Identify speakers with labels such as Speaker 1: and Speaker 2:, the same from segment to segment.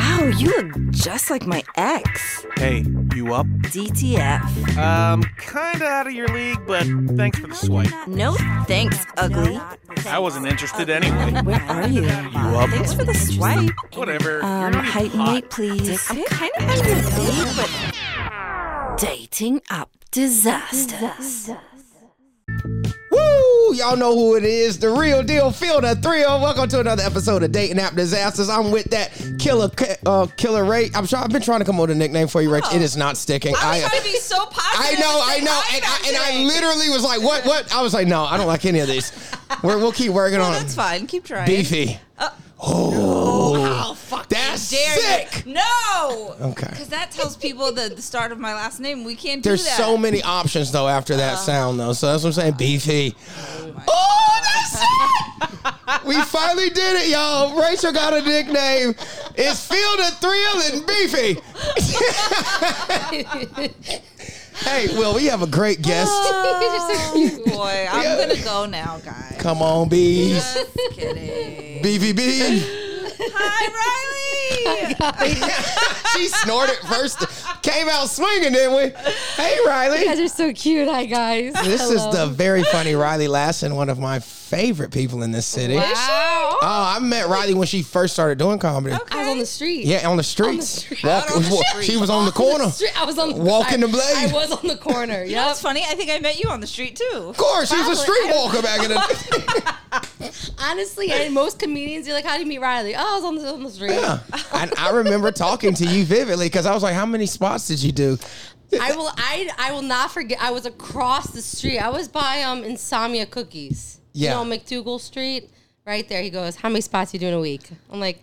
Speaker 1: Oh, you look just like my ex.
Speaker 2: Hey, you up?
Speaker 1: DTF.
Speaker 2: Um, kinda out of your league, but thanks for the swipe.
Speaker 1: No thanks, ugly.
Speaker 2: I wasn't interested anyway.
Speaker 1: Where are you? You
Speaker 2: up?
Speaker 1: Thanks for the swipe.
Speaker 2: Whatever. You're
Speaker 1: Um,
Speaker 2: not even
Speaker 1: height and
Speaker 2: hot.
Speaker 1: weight, please. I'm kind of on a date, but dating up disasters.
Speaker 3: Woo! Y'all know who it is. The real deal, Feel the Thrill. Welcome to another episode of Dating App Disasters. I'm with that killer K- uh, killer Ray. I'm sure I've been trying to come up with a nickname for you,
Speaker 4: Oh.
Speaker 3: Rach. It is not sticking.
Speaker 4: I was trying to be so
Speaker 3: I
Speaker 4: positive.
Speaker 3: know,
Speaker 4: and
Speaker 3: I
Speaker 4: say
Speaker 3: know.
Speaker 4: hi
Speaker 3: And
Speaker 4: back
Speaker 3: I, and I
Speaker 4: today.
Speaker 3: literally was like, what, what? I was like, no, I don't like any of these. We're, we'll keep working
Speaker 4: Well,
Speaker 3: on
Speaker 4: that's
Speaker 3: it.
Speaker 4: fine. Keep trying.
Speaker 3: Beefy. Oh,
Speaker 4: Oh, fuck.
Speaker 3: that's
Speaker 4: dare
Speaker 3: sick.
Speaker 4: You. No.
Speaker 3: Okay.
Speaker 4: Because that tells people the, the start of my last name. We can't
Speaker 3: There's
Speaker 4: do that.
Speaker 3: so many options, though, after that
Speaker 5: Uh-huh.
Speaker 3: sound, though. So that's what I'm saying. Beefy. Oh, that's it! We finally did it, y'all. Rachel got a nickname. It's Feel the Thrill and Beefy. hey, Will, we have a great guest.
Speaker 5: Uh,
Speaker 4: Oh, boy, I'm gonna go now, guys.
Speaker 3: Come on, bees.
Speaker 4: Just kidding.
Speaker 3: BVB.
Speaker 4: Hi, Riley.
Speaker 3: she snorted first, came out swinging, didn't we? Hey, Riley.
Speaker 5: guys are so cute. Hi, guys.
Speaker 3: This is the very funny Riley Lassen, one of my favorite people in this city.
Speaker 5: Wow.
Speaker 3: Oh, I met Riley when she first started doing comedy.
Speaker 5: I was on the street.
Speaker 3: Yeah, on the streets.
Speaker 5: street.
Speaker 3: Walk-
Speaker 4: Out on the
Speaker 3: wa-
Speaker 4: street.
Speaker 3: She was on the corner. Of
Speaker 5: Street- I was on
Speaker 3: Walking
Speaker 5: I-
Speaker 3: the blade.
Speaker 5: I was on the corner.
Speaker 4: You know
Speaker 5: Yep.
Speaker 4: what's funny? I think I met you on the street too.
Speaker 3: course, she was a streetwalker back in the day.
Speaker 5: Honestly, and most comedians, you're like, "How do you meet Riley?" Oh, I was on the, on the street.
Speaker 3: and I remember talking to you vividly because I was like, "How many spots did you do?"
Speaker 5: I will. I I will not forget. I was across the street. I was by um Insomnia Cookies.
Speaker 3: Yeah.
Speaker 5: You know, McDougal Street, right there. He goes, "How many spots you doing a week?" I'm like,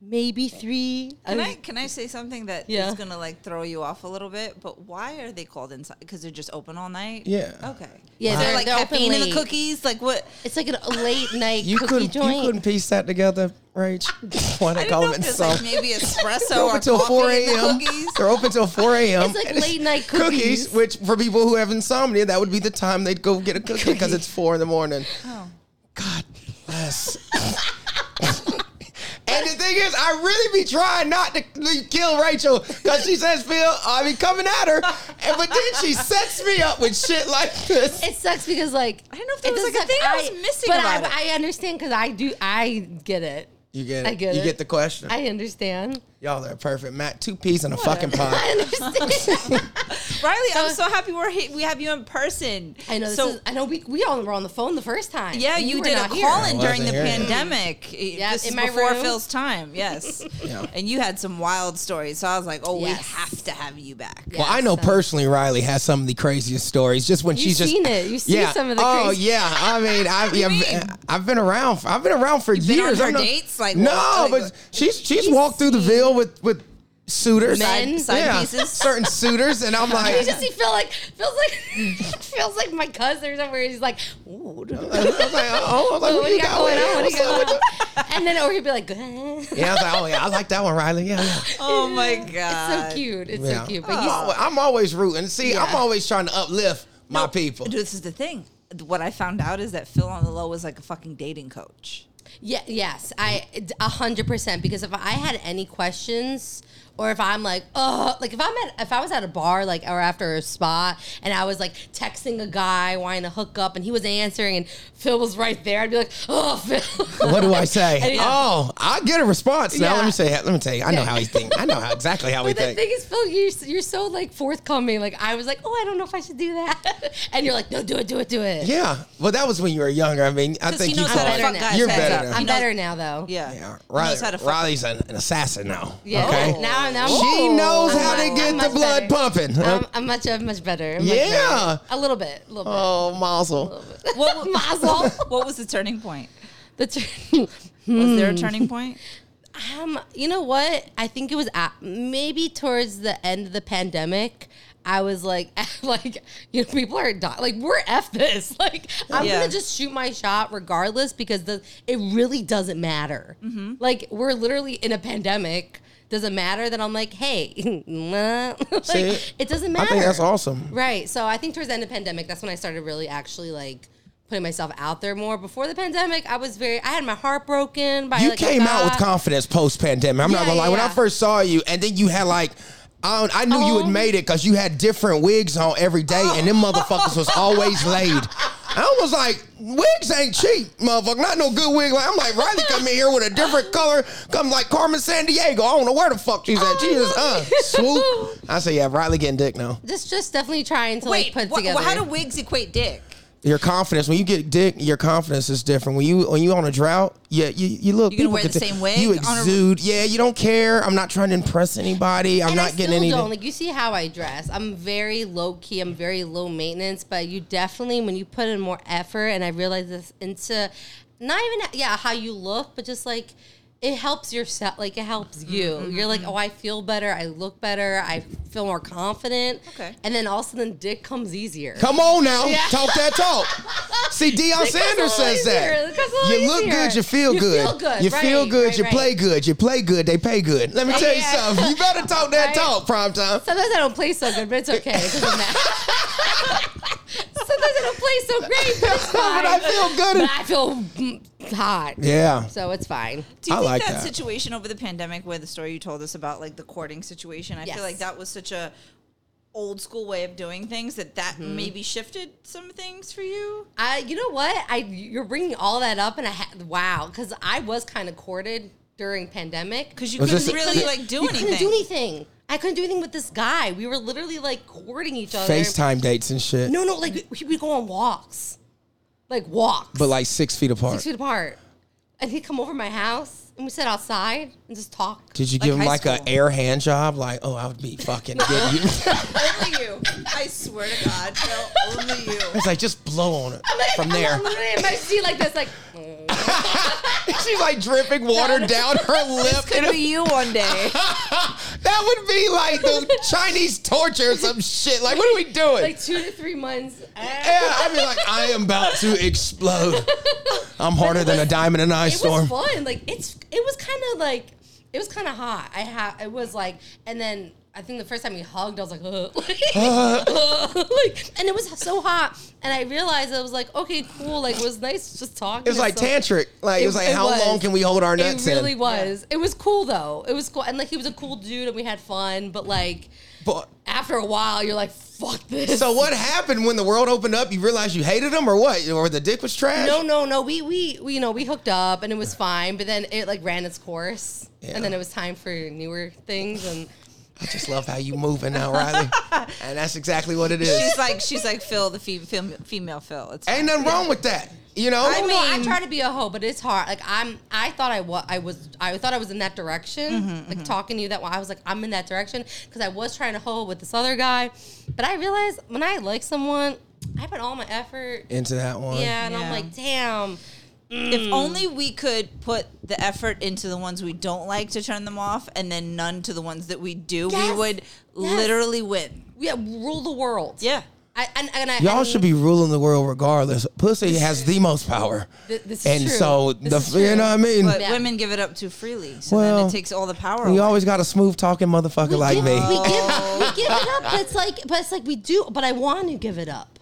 Speaker 5: maybe three.
Speaker 4: Can
Speaker 5: I
Speaker 4: I can I say something that is
Speaker 5: Yeah.
Speaker 4: gonna like throw you off a little bit? But why are they called inside? Because they're just open all night.
Speaker 3: Yeah.
Speaker 4: Okay.
Speaker 5: Yeah,
Speaker 4: Is
Speaker 5: they're-
Speaker 4: there like
Speaker 5: they're open
Speaker 4: caffeine in the
Speaker 5: late.
Speaker 4: cookies? Like what?
Speaker 5: It's like a late night
Speaker 3: You
Speaker 5: cookie
Speaker 3: couldn't.
Speaker 5: joint.
Speaker 3: You couldn't piece that together, Rach. Why
Speaker 4: I
Speaker 3: not
Speaker 4: didn't
Speaker 3: call
Speaker 4: know
Speaker 3: it
Speaker 4: if it's
Speaker 3: so?
Speaker 4: like maybe espresso
Speaker 3: They're
Speaker 4: or
Speaker 3: open till 4
Speaker 4: coffee in the
Speaker 3: a.m.
Speaker 4: cookies.
Speaker 3: They're open till 4 a.m.
Speaker 5: It's like
Speaker 3: And
Speaker 5: late night cookies.
Speaker 3: Which, for people who have insomnia, that would be the time they'd go get a cookie because it's 4 in the morning.
Speaker 5: Oh.
Speaker 3: God bless. and the thing is, I really be trying not to kill Rachel because she says, Phil, I be coming at her. And, but then she sets me up with shit like this.
Speaker 5: It sucks because like I
Speaker 4: don't know if there was, like, a thing I was missing
Speaker 5: but
Speaker 4: about
Speaker 5: I, I understand because I do. I get it.
Speaker 3: You get it.
Speaker 5: I get
Speaker 3: you
Speaker 5: it.
Speaker 3: get the question.
Speaker 5: I understand.
Speaker 3: Y'all are perfect. Matt, two peas in a fucking pod.
Speaker 5: I understand.
Speaker 4: Riley, I'm so happy we're he- we have you in person.
Speaker 5: I know. This
Speaker 4: So
Speaker 5: is, I know. We we all were on the phone the first time.
Speaker 4: yeah, you,
Speaker 5: were
Speaker 4: did a
Speaker 5: not here.
Speaker 4: call in
Speaker 3: I
Speaker 4: during the
Speaker 3: wasn't here.
Speaker 4: pandemic. Yeah,
Speaker 5: Yeah,
Speaker 4: this
Speaker 5: in
Speaker 4: is
Speaker 5: my
Speaker 4: before
Speaker 5: room.
Speaker 4: Phil's time. Yes.
Speaker 3: Yeah.
Speaker 4: And you had some wild stories, so I was like, oh, we
Speaker 5: Yes.
Speaker 4: have to have you back.
Speaker 3: Well, I know personally, Riley has some of the craziest stories. Just when
Speaker 5: You've
Speaker 3: she's just
Speaker 5: seen it. You've seen some of the
Speaker 3: oh
Speaker 5: crazy-
Speaker 3: yeah. I mean, I've yeah,
Speaker 4: mean?
Speaker 3: I've been around. For, I've been around for
Speaker 4: been on
Speaker 3: years.
Speaker 4: her
Speaker 3: I'm not-
Speaker 4: dates? Like,
Speaker 3: no,
Speaker 4: what-
Speaker 3: but she's she's walked through the Ville with with suitors,
Speaker 5: Men?
Speaker 4: Side
Speaker 3: yeah,
Speaker 4: pieces?
Speaker 3: certain suitors, and I'm
Speaker 5: You
Speaker 3: like,
Speaker 5: just he feel like feels like feels like my cousin or somewhere. He's like, ooh, dude,
Speaker 3: I was like, oh, I was like,
Speaker 5: what do you got going on? What do
Speaker 3: What's
Speaker 5: you
Speaker 3: up
Speaker 5: got
Speaker 3: with
Speaker 5: going on? And then or he'd be like, it's
Speaker 3: you? Yeah, I was like, oh yeah, I like that one, Riley. Yeah, yeah.
Speaker 4: Oh my god.
Speaker 5: so cute. It's
Speaker 3: yeah.
Speaker 5: so cute. But
Speaker 3: I'm,
Speaker 5: he's,
Speaker 3: always, I'm always rooting. See, I'm
Speaker 5: Yeah.
Speaker 3: always trying to uplift my people.
Speaker 4: Dude, this is the thing. What I found out is that Phil on the low was like a fucking dating coach.
Speaker 5: Yeah, yes, I a hundred percent. Because if I had any questions, or if I'm like, oh, like if I'm at, if I was at a bar, like or after a spot, and I was like texting a guy wanting to hook up, and he was answering, and Phil was right there, I'd be like, oh, Phil.
Speaker 3: What do I say?
Speaker 5: And yeah.
Speaker 3: Oh, I get a response now.
Speaker 5: Yeah.
Speaker 3: Let me say. Let me tell you. I know how he thinks. I know how exactly how he
Speaker 5: But the
Speaker 3: thinks.
Speaker 5: thing is, Phil, you're, s- you're so like forthcoming. Like I was like, oh, I don't know if I should do that, and you're like, no, do it, do it, do it.
Speaker 3: Yeah. Well, that was when you were younger. I mean, I
Speaker 4: Because
Speaker 3: think
Speaker 4: he
Speaker 3: you
Speaker 4: knows how
Speaker 3: thought
Speaker 4: to
Speaker 5: better
Speaker 4: fuck
Speaker 5: now.
Speaker 4: guys.
Speaker 3: You're
Speaker 4: heads
Speaker 3: better
Speaker 4: up.
Speaker 3: now.
Speaker 4: He
Speaker 5: I'm
Speaker 4: knows-
Speaker 5: better now though.
Speaker 4: Yeah.
Speaker 3: Yeah,
Speaker 4: He
Speaker 3: Riley,
Speaker 4: knows how to fuck.
Speaker 3: Riley's an, an assassin now.
Speaker 5: Yeah. Oh,
Speaker 3: Okay.
Speaker 5: Now, now
Speaker 3: She knows
Speaker 5: I'm
Speaker 3: how
Speaker 5: mu-
Speaker 3: to get
Speaker 5: I'm
Speaker 3: the
Speaker 5: much
Speaker 3: blood
Speaker 5: better.
Speaker 3: pumping.
Speaker 5: I'm, I'm much, I'm much better. I'm much
Speaker 3: Yeah.
Speaker 5: better. a little bit, a little bit.
Speaker 3: oh, Mazel.
Speaker 4: What,
Speaker 5: Mazel.
Speaker 4: what was the turning point?
Speaker 5: The turn.
Speaker 4: Was there a turning point?
Speaker 5: Um, you know what? I think it was at, maybe towards the end of the pandemic. I was like, like you know, people are di- like, we're f this. Like, I'm
Speaker 4: Yeah.
Speaker 5: gonna just shoot my shot regardless because the it really doesn't matter. Like, we're literally in a pandemic. Doesn't matter that I'm like, hey, nah. like,
Speaker 3: See?
Speaker 5: it doesn't
Speaker 3: I
Speaker 5: matter.
Speaker 3: think that's awesome.
Speaker 5: Right. So I think towards the end of pandemic, that's when I started really actually like putting myself out there more. Before the pandemic, I was very I had my heart broken by
Speaker 3: you
Speaker 5: like, a
Speaker 3: came out with
Speaker 5: guy.
Speaker 3: confidence post pandemic. I'm not
Speaker 5: Yeah,
Speaker 3: gonna lie.
Speaker 5: yeah,
Speaker 3: When I
Speaker 5: yeah.
Speaker 3: first saw you, and then you had like. I, don't- I knew you had
Speaker 5: Oh.
Speaker 3: made it because you had different wigs on every day, and them motherfuckers was always laid. I was like, wigs ain't cheap, motherfucker. Not no good wig. Like, I'm like, Riley come in here with a different color. Come like Carmen San Diego. I don't know where the fuck she's at. She
Speaker 5: I
Speaker 3: just uh,
Speaker 5: love
Speaker 3: swoop. I say, yeah, Riley getting dick now.
Speaker 5: Just just definitely trying to
Speaker 4: Wait,
Speaker 5: like put
Speaker 4: wha-
Speaker 5: together.
Speaker 4: how do wigs equate dick?
Speaker 3: Your confidence when you get dick, your confidence is different. When you when you on a drought, yeah, you, you look.
Speaker 4: You gonna
Speaker 3: people
Speaker 4: wear
Speaker 3: could
Speaker 4: the
Speaker 3: tell-
Speaker 4: same wig
Speaker 3: You
Speaker 4: on a-
Speaker 3: exude. yeah, you don't care. I'm not trying to impress anybody. I'm
Speaker 5: and
Speaker 3: not
Speaker 5: I
Speaker 3: getting
Speaker 5: still
Speaker 3: any.
Speaker 5: Don't. Like you see how I dress. I'm very low key. I'm very low maintenance. But you definitely, when you put in more effort, and I realize this into not even yeah how you look, but just like it helps yourself. Like it helps you.
Speaker 3: Mm-hmm.
Speaker 5: You're like, oh, I feel better. I look better. I feel more confident.
Speaker 4: Okay.
Speaker 5: And then all of a sudden, dick comes easier.
Speaker 3: Come on now,
Speaker 5: Yeah.
Speaker 3: talk that talk. See, Deion
Speaker 5: It gets a
Speaker 3: Sanders
Speaker 5: little
Speaker 3: says that.
Speaker 5: easier. It gets a little
Speaker 3: You look
Speaker 5: easier.
Speaker 3: good, you feel
Speaker 5: You
Speaker 3: good.
Speaker 5: feel good,
Speaker 3: You feel
Speaker 5: right,
Speaker 3: good,
Speaker 5: right,
Speaker 3: you
Speaker 5: right.
Speaker 3: play good, you play good, they pay good. Let me tell you
Speaker 5: Yeah.
Speaker 3: something. You better talk that
Speaker 5: Right.
Speaker 3: talk, prime time.
Speaker 5: Sometimes I don't play so good, but it's okay. 'cause I'm mad. Sometimes I don't play so great, but it's fine.
Speaker 3: But I feel good.
Speaker 5: But I feel mm, hot.
Speaker 3: Yeah.
Speaker 5: So it's fine.
Speaker 4: Do you
Speaker 3: I
Speaker 4: think
Speaker 3: like
Speaker 4: that,
Speaker 3: that.
Speaker 4: situation over the pandemic where the story you told us about like the courting situation, I
Speaker 5: Yes.
Speaker 4: feel like that was such a old school way of doing things that that
Speaker 5: Mm-hmm.
Speaker 4: maybe shifted some things for you?
Speaker 5: I, you know what? I you're bringing all that up, and I ha- wow, because I was kind of courted during pandemic.
Speaker 4: Because you
Speaker 3: Was
Speaker 4: couldn't
Speaker 3: this-
Speaker 4: really like do
Speaker 5: you
Speaker 4: anything.
Speaker 5: couldn't do anything. I couldn't do anything with this guy. We were literally like courting each other.
Speaker 3: FaceTime dates and shit.
Speaker 5: No, no, like we would go on walks, like walks,
Speaker 3: But like six feet apart.
Speaker 5: six feet apart, and he'd come over my house, and we sit outside and just talk.
Speaker 3: Did you
Speaker 4: Like
Speaker 3: give him
Speaker 4: high
Speaker 3: like an
Speaker 4: school.
Speaker 3: air hand job? Like, oh, I would be fucking getting you.
Speaker 4: Only you. I swear to God, Phil, only you.
Speaker 3: It's like just blow on it
Speaker 5: I'm like-
Speaker 3: from there.
Speaker 5: I'm literally in my seat like this, like. mm.
Speaker 3: She's like dripping water down her lip.
Speaker 4: Could be you one day.
Speaker 3: That would be like the Chinese torture or some shit. Like, what are we doing?
Speaker 5: like two to three months.
Speaker 3: yeah, I'd be like, I am about to explode. I'm harder than a diamond in an ice
Speaker 5: It was
Speaker 3: storm.
Speaker 5: fun. Like it's it was kind of like it was kind of hot. I ha it was like and then I think the first time we hugged, I was like, "Ugh." like, and it was so hot. And I realized I was like, okay, cool. Like it was nice just talking.
Speaker 3: It was
Speaker 5: and
Speaker 3: like
Speaker 5: stuff.
Speaker 3: tantric. Like it, was like, how
Speaker 5: was.
Speaker 3: long can we hold our nuts
Speaker 5: It really
Speaker 3: in?
Speaker 5: was. It was cool though. It was cool, and like he was a cool dude, and we had fun. But like
Speaker 3: But-
Speaker 5: after a while, you're like, fuck this.
Speaker 3: so what happened when the world opened up? You realized you hated him, or what? Or the dick was trash?
Speaker 5: No, no, no. We, we, we, you know, we hooked up and it was fine, but then it like ran its course,
Speaker 3: Yeah.
Speaker 5: and then it was time for newer things. And
Speaker 3: I just love how you moving now, Riley. and that's exactly what it is.
Speaker 4: She's like, she's like Phil, the fem- fem- female Phil. It's
Speaker 3: Ain't nothing wrong with that. You know,
Speaker 5: I mean, I
Speaker 4: mean-
Speaker 5: try to be a hoe, but it's hard. Like I'm, I thought I was, I was, I thought I was in that direction.
Speaker 3: Mm-hmm,
Speaker 5: like talking to you that way, I was like, I'm in that direction because I was trying to hoe with this other guy, but I realized when I like someone, I put all my effort.
Speaker 3: into that one.
Speaker 5: Yeah, and I'm
Speaker 4: Yeah.
Speaker 5: like, damn.
Speaker 3: Mm.
Speaker 4: If only we could put the effort into the ones we don't like to turn them off and then none to the ones that we do,
Speaker 5: Yes.
Speaker 4: we would literally win.
Speaker 5: Yeah, rule the world.
Speaker 4: Yeah.
Speaker 5: I, and, and I,
Speaker 3: Y'all
Speaker 5: and-
Speaker 3: should be ruling the world regardless. Pussy has the most power.
Speaker 5: Th- this is
Speaker 3: and
Speaker 5: true.
Speaker 3: so,
Speaker 5: This
Speaker 3: the,
Speaker 5: is
Speaker 3: you
Speaker 5: true.
Speaker 3: know what I mean?
Speaker 4: But
Speaker 5: Yeah.
Speaker 4: women give it up too freely. So then
Speaker 3: Well,
Speaker 4: it takes all the power
Speaker 3: We
Speaker 4: away.
Speaker 3: always got a smooth talking motherfucker like
Speaker 5: give,
Speaker 3: me.
Speaker 5: We give, we give it up. But it's like, but it's like we do. But I want to give it up.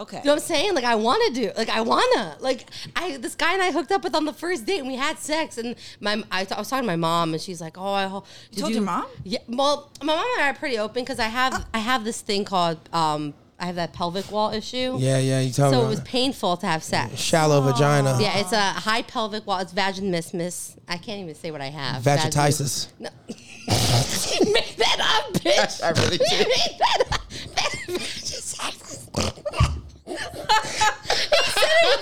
Speaker 4: okay.
Speaker 5: You know what I'm saying? Like I want to do. Like I wanna. Like I. This guy and I hooked up with on the first date, and we had sex. And my, I, I was talking to my mom, and she's like, "Oh, I ho- did
Speaker 4: told your mom? Oh.
Speaker 5: Yeah. Well, my mom and I are pretty open because I have, I have this thing called, um, I have that pelvic wall issue.
Speaker 3: Yeah, yeah, you talking
Speaker 5: So it
Speaker 3: about
Speaker 5: was painful to have sex.
Speaker 3: shallow vagina.
Speaker 5: Yeah, it's a high pelvic wall. It's vaginismus. I can't even say what I have.
Speaker 3: Vagititis.
Speaker 5: Vaginismus. No. you made that up, bitch.
Speaker 3: I really
Speaker 5: You
Speaker 3: did.
Speaker 5: made that up. Vagititis. He said it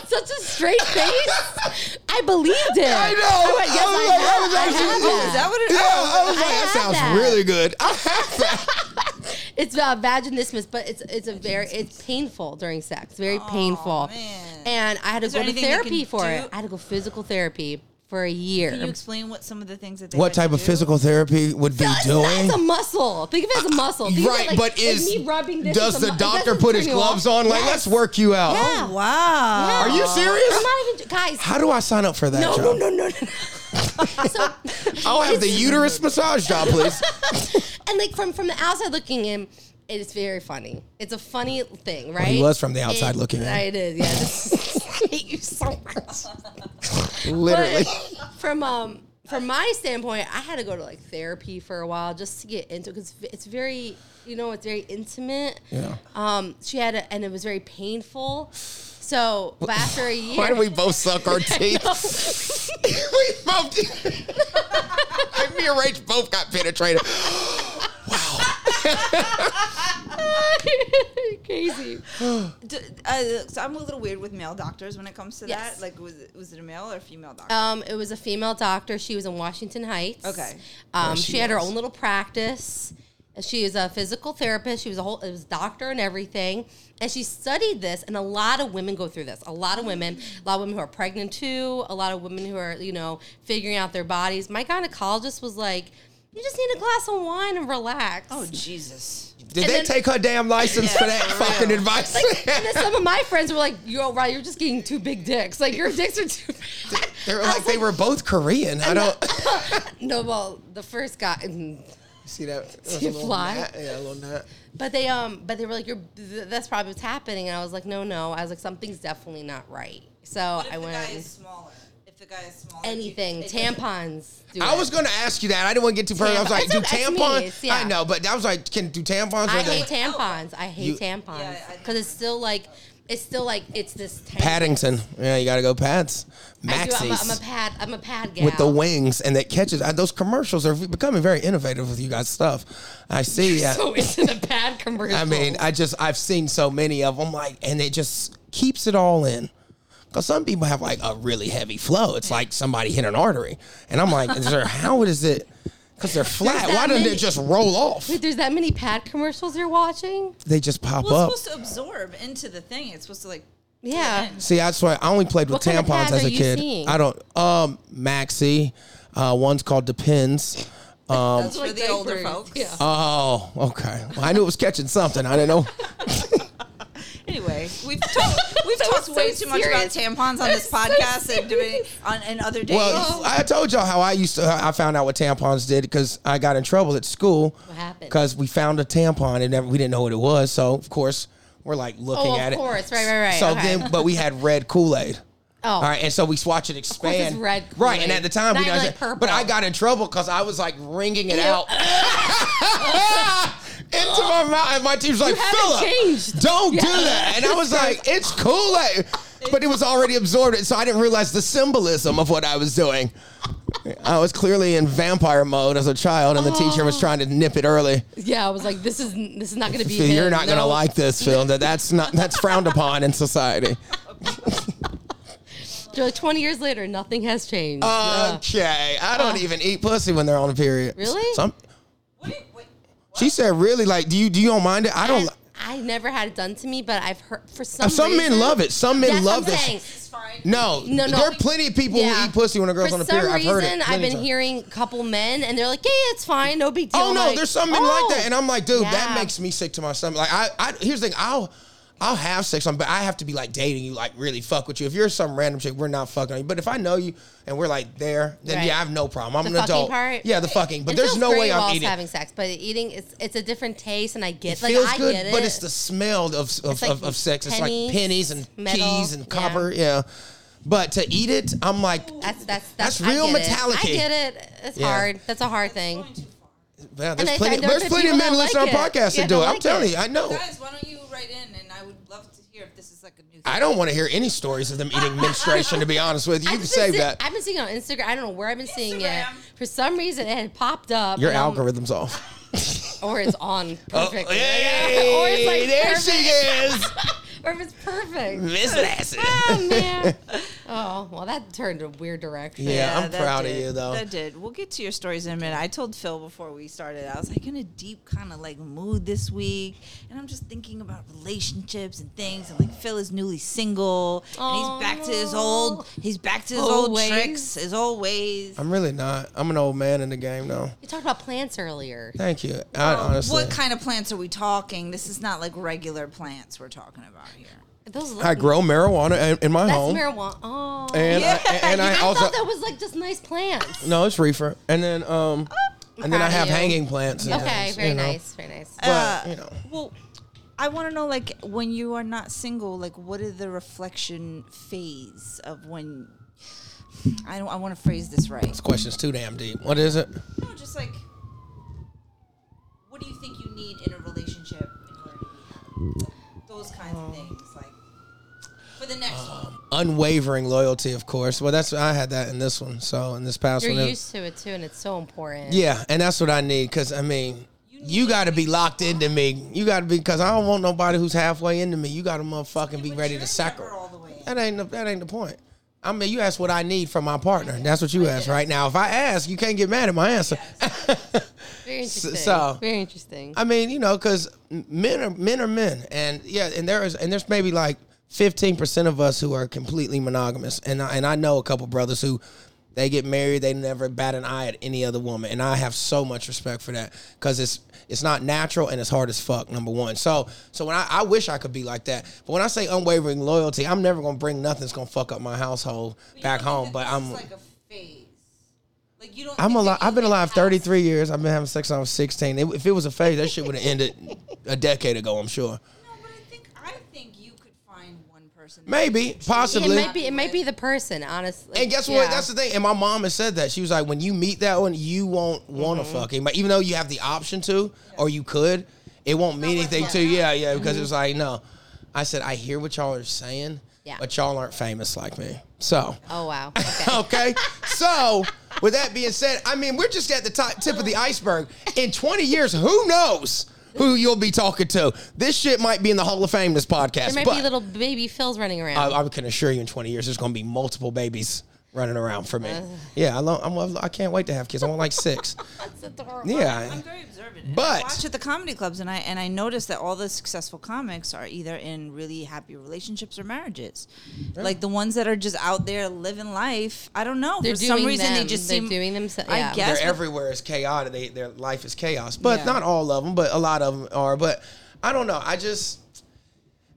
Speaker 5: with such a straight face. I believed it.
Speaker 3: I know.
Speaker 5: went, yes,
Speaker 3: I was
Speaker 5: I
Speaker 3: like,
Speaker 5: have.
Speaker 3: I was
Speaker 5: I
Speaker 3: actually-
Speaker 5: have
Speaker 4: Oh, is that what it is?
Speaker 3: Yeah, I was
Speaker 5: I
Speaker 3: like, that
Speaker 5: had
Speaker 3: sounds
Speaker 5: that.
Speaker 3: really good. I have that.
Speaker 5: It's uh, vaginismus, but it's it's a very it's painful during sex. Very painful.
Speaker 4: man.
Speaker 5: And I had to
Speaker 4: there
Speaker 5: go to
Speaker 4: anything you
Speaker 5: therapy
Speaker 4: can
Speaker 5: for it.
Speaker 4: do?
Speaker 5: I had to go physical therapy for a year.
Speaker 4: Can you explain what some of the things that they
Speaker 3: Oh. What
Speaker 4: had to
Speaker 3: type of
Speaker 4: do?
Speaker 3: physical therapy would be
Speaker 5: No, it's not-
Speaker 3: doing?
Speaker 5: It's a muscle. Think of it as a muscle. Think of it
Speaker 3: right,
Speaker 5: like-
Speaker 3: but
Speaker 5: like
Speaker 3: is
Speaker 5: me rubbing this
Speaker 3: does
Speaker 5: is
Speaker 3: the
Speaker 5: a mu- it
Speaker 3: doctor
Speaker 5: doesn't
Speaker 3: put his
Speaker 5: turn you off.
Speaker 3: gloves on? Like,
Speaker 5: Yes.
Speaker 3: let's work you out.
Speaker 5: Yeah.
Speaker 4: Oh, wow.
Speaker 3: Are you serious?
Speaker 5: I'm not even guys.
Speaker 3: How do I sign up for that
Speaker 5: no,
Speaker 3: job?
Speaker 5: no, no, no, no. so,
Speaker 3: Oh. I'll have the uterus massage job, please.
Speaker 5: and like from from the outside looking in, It is very funny. It's a funny thing, right?
Speaker 3: he was from the outside looking in.
Speaker 5: It is, yeah. This- I hate you so much.
Speaker 3: Literally.
Speaker 5: But from um from my standpoint, I had to go to like therapy for a while just to get into because it's very you know it's very intimate.
Speaker 3: Yeah.
Speaker 5: Um, she had a, and it was very painful. So, but after a year,
Speaker 3: Why do we both suck our teeth? we both. And me and Rach both got penetrated.
Speaker 5: crazy?
Speaker 4: D- uh, so I'm a little weird with male doctors when it comes to
Speaker 5: Yes.
Speaker 4: that. Like, was it, was it a male or a female doctor?
Speaker 5: Um, it was a female doctor. She was in Washington Heights.
Speaker 4: Okay.
Speaker 5: Um,
Speaker 3: she
Speaker 5: she, had her
Speaker 3: was.
Speaker 5: own little practice. She was a physical therapist. She was a whole it was a doctor and everything. And she studied this, and a lot of women go through this. A lot of women, a lot of women who are pregnant too, a lot of women who are, you know, figuring out their bodies. My gynecologist was like, You just need a glass of wine and relax.
Speaker 4: oh Jesus!
Speaker 3: Did they
Speaker 5: And then-
Speaker 3: take her damn license for that fucking advice?
Speaker 5: and then some of my friends were like, You're right, you're just getting two big dicks. Like your dicks are too big.
Speaker 3: they were
Speaker 5: I was
Speaker 3: like, they were both Korean. I don't
Speaker 5: No, well, the first guy mm,
Speaker 3: see that. It was a
Speaker 5: You
Speaker 3: little
Speaker 5: fly?
Speaker 3: gnat. Yeah, a little gnat.
Speaker 5: But they um, but they were like, "You're th- that's probably what's happening," and I was like, "No, no," I was like, "Something's definitely not right." So
Speaker 4: If
Speaker 5: I
Speaker 4: the guy
Speaker 5: went
Speaker 4: is smaller, if the guy is smaller, do you-
Speaker 5: anything
Speaker 4: it-
Speaker 5: tampons. do
Speaker 3: I
Speaker 5: it.
Speaker 3: was gonna ask you that. I didn't want to get too further. I was
Speaker 5: Tamp-
Speaker 3: like,
Speaker 5: it's
Speaker 3: do
Speaker 5: okay, it's me,
Speaker 3: tampons?
Speaker 5: it's- yeah.
Speaker 3: I know, but I was like, can do tampons?
Speaker 5: I
Speaker 3: or
Speaker 5: hate
Speaker 3: the-
Speaker 5: tampons. I hate
Speaker 3: You-
Speaker 5: tampons
Speaker 4: Oh. Yeah, I-
Speaker 5: because it's still like it's still like it's this tank.
Speaker 3: Paddington. Yeah, you gotta go pads.
Speaker 5: I do,
Speaker 3: Maxis.
Speaker 5: I'm, a, I'm a pad. I'm a pad gal.
Speaker 3: with the wings and that catches. Uh, those commercials are becoming very innovative with you guys' stuff. I see. uh,
Speaker 5: So into the pad commercial.
Speaker 3: I mean, I just I've seen so many of them. Like, and it just keeps it all in. Cause some people have like a really heavy flow. It's like somebody hit an artery, and I'm like, is there, how is it? Cause they're flat.
Speaker 5: that
Speaker 3: Why doesn't
Speaker 5: many.
Speaker 3: it just roll off?
Speaker 5: Wait, there's that many pad commercials you're watching?
Speaker 3: They just pop
Speaker 4: Well,
Speaker 3: up.
Speaker 4: it's supposed to absorb into the thing. It's supposed to like
Speaker 5: Yeah.
Speaker 3: See, that's why I only played with
Speaker 5: What kind of
Speaker 3: tampons
Speaker 5: pads
Speaker 3: as
Speaker 5: are
Speaker 3: a
Speaker 5: you
Speaker 3: kid.
Speaker 5: seeing?
Speaker 3: I don't. Um, Maxi. Uh, one's called Depends.
Speaker 4: that's for the older
Speaker 5: diapers.
Speaker 4: folks.
Speaker 5: Yeah.
Speaker 3: Oh, okay. Well, I knew it was catching something. I didn't know.
Speaker 4: Anyway, we've talked we've talked
Speaker 5: so
Speaker 4: way too much about
Speaker 5: serious.
Speaker 4: tampons on this
Speaker 5: so
Speaker 4: podcast and doing on and other days.
Speaker 3: Well, I told y'all how I used to. I found out what tampons did because I got in trouble at school.
Speaker 5: What happened?
Speaker 3: Because we found a tampon and never, we didn't know what it was. So of course we're like looking
Speaker 5: Oh, of
Speaker 3: at
Speaker 5: course.
Speaker 3: it.
Speaker 5: Right, right, right.
Speaker 3: So
Speaker 5: Okay.
Speaker 3: then, but we had red Kool Aid.
Speaker 5: Oh.
Speaker 3: All right, and so we swatch it
Speaker 5: course it's
Speaker 3: expand.
Speaker 5: red
Speaker 3: right, and
Speaker 5: Kool-Aid.
Speaker 3: at the time we
Speaker 5: Not even,
Speaker 3: didn't
Speaker 5: like,
Speaker 3: understand-
Speaker 5: purple.
Speaker 3: but I got in trouble because I was like wringing it
Speaker 5: Ew.
Speaker 3: out into my mouth, and my teacher's like,
Speaker 5: haven't
Speaker 3: "Philip,
Speaker 5: changed."
Speaker 3: don't do
Speaker 5: Yeah.
Speaker 3: that." And I was like, "It's Kool Aid," but it was already absorbed, so I didn't realize the symbolism of what I was doing. I was clearly in vampire mode as a child, and the teacher was trying to nip it early.
Speaker 5: Yeah, I was like, this is this is not gonna be.
Speaker 3: Phil, You're
Speaker 5: him,
Speaker 3: not gonna
Speaker 5: no.
Speaker 3: like this, Phil. That that's not that's frowned upon in society.
Speaker 5: They're like, 20 years later, nothing has changed.
Speaker 3: Uh,
Speaker 5: Ugh.
Speaker 3: Okay, I don't even eat pussy when they're on a period.
Speaker 5: Oh. Really?
Speaker 3: Some,
Speaker 4: Wait, wait.
Speaker 3: she said, "Really? Like, do you do you don't mind it? I don't.
Speaker 5: I, I never had it done to me, but I've heard for some
Speaker 3: Some, men
Speaker 5: reason-
Speaker 3: love it. Some men
Speaker 5: That's what
Speaker 3: love
Speaker 5: I'm
Speaker 3: this.
Speaker 5: saying.
Speaker 3: No,
Speaker 5: No, no.
Speaker 3: There are plenty of people
Speaker 5: Yeah.
Speaker 3: who eat pussy when a girl's
Speaker 5: for
Speaker 3: on a
Speaker 5: some
Speaker 3: period. I've
Speaker 5: reason,
Speaker 3: heard it.
Speaker 5: I've
Speaker 3: many
Speaker 5: been
Speaker 3: times.
Speaker 5: hearing a couple men, and they're like, "Yeah, it's fine, no big deal."
Speaker 3: Oh
Speaker 5: I'm
Speaker 3: no,
Speaker 5: like,
Speaker 3: there's some men
Speaker 5: "Oh."
Speaker 3: like that, and I'm like, dude, that
Speaker 5: Yeah.
Speaker 3: makes me sick to my stomach. Like, I, I here's the thing, I'll. I'll have sex on, but I have to be like dating you, like really fuck with you. If you're some random chick, we're not fucking on you. But if I know you and we're like there, then
Speaker 5: Right.
Speaker 3: yeah, I have no problem. I'm
Speaker 5: The
Speaker 3: an
Speaker 5: fucking
Speaker 3: adult.
Speaker 5: part?
Speaker 3: Yeah, the fucking. But
Speaker 5: It
Speaker 3: there's
Speaker 5: feels
Speaker 3: no
Speaker 5: great
Speaker 3: way
Speaker 5: while
Speaker 3: I'm
Speaker 5: it's
Speaker 3: eating.
Speaker 5: having sex, but eating it's it's a different taste, and I get
Speaker 3: It
Speaker 5: like
Speaker 3: feels
Speaker 5: I
Speaker 3: good,
Speaker 5: get it,
Speaker 3: but it's the smell of of,
Speaker 5: like
Speaker 3: of, of sex. It's like
Speaker 5: pennies,
Speaker 3: pennies and
Speaker 5: metal,
Speaker 3: keys and
Speaker 5: yeah.
Speaker 3: copper. Yeah, but to eat it, I'm like,
Speaker 5: that's that's that's,
Speaker 3: That's real
Speaker 5: I get it.
Speaker 3: Metallica.
Speaker 5: I get it. It's
Speaker 3: Yeah.
Speaker 5: hard. That's a hard thing.
Speaker 3: man,
Speaker 5: And
Speaker 3: there's
Speaker 5: I-
Speaker 3: plenty.
Speaker 5: I know
Speaker 3: There's
Speaker 5: that
Speaker 3: plenty of
Speaker 5: people
Speaker 3: men
Speaker 5: don't
Speaker 3: listen to
Speaker 5: like
Speaker 3: our
Speaker 5: it.
Speaker 3: podcast
Speaker 5: Yeah,
Speaker 3: that do it.
Speaker 5: don't
Speaker 3: I'm
Speaker 5: like
Speaker 3: telling
Speaker 5: it.
Speaker 3: you, I know.
Speaker 4: Guys, why don't you write in and I would love to hear if this is like a new thing.
Speaker 3: I don't want to hear any stories of them eating menstruation. To be honest with you, you
Speaker 5: I've
Speaker 3: can
Speaker 5: been
Speaker 3: save
Speaker 5: see-
Speaker 3: that.
Speaker 5: I've been seeing it on Instagram. I don't know where I've been seeing it.
Speaker 4: Instagram.
Speaker 5: For some reason, it had popped up.
Speaker 3: Your
Speaker 5: and I'm-
Speaker 3: algorithm's off.
Speaker 5: or it's on
Speaker 3: Oh,
Speaker 5: perfect.
Speaker 3: hey,
Speaker 5: or it's like
Speaker 3: there
Speaker 5: perfect.
Speaker 3: she is,
Speaker 5: Or if it's perfect.
Speaker 3: Miss Lassie.
Speaker 5: Oh man. Oh well, that turned a weird direction.
Speaker 3: Yeah, I'm
Speaker 4: that
Speaker 3: proud of
Speaker 4: did.
Speaker 3: you though.
Speaker 4: That did. We'll get to your stories in a minute. I told Phil before we started, I was like in a deep kind of like mood this week, and I'm just thinking about relationships and things. And like Phil is newly single, and he's back to his old, he's back to his
Speaker 5: Always.
Speaker 4: old tricks, his old ways.
Speaker 3: I'm really not. I'm an old man in the game now.
Speaker 5: You talked about plants earlier.
Speaker 3: Thank you. I, honestly,
Speaker 4: What kind of plants are we talking? This is not like regular plants we're talking about here.
Speaker 5: Those look,
Speaker 3: I grow marijuana in, in my
Speaker 5: that's
Speaker 3: home,
Speaker 5: marijuana. Oh,
Speaker 3: and I, and
Speaker 5: I
Speaker 3: I also
Speaker 5: thought that was like just nice plants.
Speaker 3: no, it's reefer. And then um, and then I
Speaker 5: Proud of
Speaker 3: have
Speaker 5: you.
Speaker 3: hanging plants. and
Speaker 5: Okay,
Speaker 3: things,
Speaker 5: very
Speaker 3: you know?
Speaker 5: nice, very nice.
Speaker 3: But,
Speaker 4: Uh,
Speaker 3: you know.
Speaker 4: Well, I want to know, like, when you are not single, like, what is the reflection phase of when? I don't. I want to phrase this right.
Speaker 3: This question's too damn deep. What is it?
Speaker 4: No, just like, what do you think you need in a relationship in order to be happy? Like, those kinds of things, like, for the next one.
Speaker 3: Unwavering loyalty, of course. Well, that's I had that in this one. So in this past
Speaker 5: You're
Speaker 3: one, it-
Speaker 5: used to it too, and it's so important.
Speaker 3: yeah, and that's what I need. Cause I mean, you got to be locked into me. You got to be because I don't want nobody who's halfway into me. You got to motherfucking be
Speaker 4: But
Speaker 3: ready
Speaker 4: you're
Speaker 3: to
Speaker 4: never
Speaker 3: sacrifice.
Speaker 4: all the way in.
Speaker 3: That ain't the, that ain't the point. I mean, you asked what I need from my partner. That's what you asked right now. If I ask, you can't get mad at my answer.
Speaker 5: Very interesting.
Speaker 3: so-
Speaker 5: very interesting.
Speaker 3: I mean, you know, because men are men are men, and yeah, and there is and there's maybe like fifteen percent of us who are completely monogamous, and I, and I know a couple brothers who they get married, they never bat an eye at any other woman, and I have so much respect for that because it's it's not natural and it's hard as fuck. Number one, so so when I, I wish I could be like that, but when I say unwavering loyalty, I'm never gonna bring nothing that's gonna fuck up my household back home. But I'm
Speaker 4: like a phase. Like you don't.
Speaker 3: I'm
Speaker 4: think that
Speaker 3: alive.
Speaker 4: you
Speaker 3: I've been
Speaker 4: like
Speaker 3: alive
Speaker 4: have
Speaker 3: 33 years. I've been having sex since I was 16. It- if it was a phase, that shit would have ended a decade ago. I'm sure.
Speaker 4: No, but I think I think you could find one person. that you
Speaker 3: Maybe,
Speaker 4: could
Speaker 5: it
Speaker 3: possibly.
Speaker 5: might be. It might be the person, honestly.
Speaker 3: And guess what?
Speaker 5: Yeah.
Speaker 3: That's the thing. And my mom has said that she was like, when you meet that one, you won't want to fuck him, even though you have the option to, or you could. It won't mean anything to. you. Yeah, yeah. Because it was like, no. I said, I hear what y'all are saying,
Speaker 5: Yeah.
Speaker 3: but y'all aren't famous like me. So.
Speaker 5: Oh wow. Okay.
Speaker 3: okay. So, with that being said, I mean, we're just at the top, tip of the iceberg. In 20 years, who knows who you'll be talking to? This shit might be in the Hall of Fame, this podcast.
Speaker 5: there might
Speaker 3: but
Speaker 5: be little baby Phils running around.
Speaker 3: I, I can assure you, in 20 years, there's going to be multiple babies running around for
Speaker 5: Uh.
Speaker 3: me. yeah, I, lo- I'm, I can't wait to have kids. I want like six.
Speaker 5: That's adorable.
Speaker 3: Yeah.
Speaker 4: I'm very observant. And
Speaker 3: But-
Speaker 4: I watch at the comedy clubs, and I and I notice that all the successful comics are either in really happy relationships or marriages. Like the ones that are just out there living life. I don't know.
Speaker 5: They're
Speaker 4: For some
Speaker 5: doing
Speaker 4: reason, they
Speaker 5: them.
Speaker 4: just
Speaker 5: They're
Speaker 4: seem
Speaker 5: doing themselves- yeah.
Speaker 4: I
Speaker 5: They're
Speaker 4: guess.
Speaker 3: They're
Speaker 4: but
Speaker 3: everywhere is chaotic. They, their life is chaos, but
Speaker 4: Yeah.
Speaker 3: not all of them, but a lot of them are. But I don't know. I just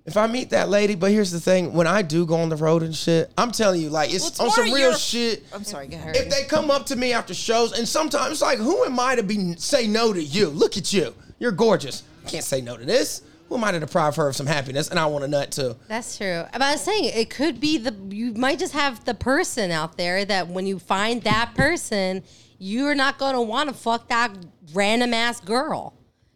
Speaker 3: if I meet that lady, but here's the thing: when I do go on the road and shit, I'm telling you, like it's,
Speaker 4: Well, it's
Speaker 3: on
Speaker 4: more
Speaker 3: some real
Speaker 4: your-
Speaker 3: shit.
Speaker 4: I'm sorry. Go ahead.
Speaker 3: If they come up to me after shows, and sometimes it's like, who am I to be say no to you? Look at you, you're gorgeous. I can't say no to this. Who am I to deprive her of some happiness? And I want a nut too.
Speaker 5: That's true. But I was saying it could be the you might just have the person out there that when you find that person, you're not going to want to fuck that random ass girl.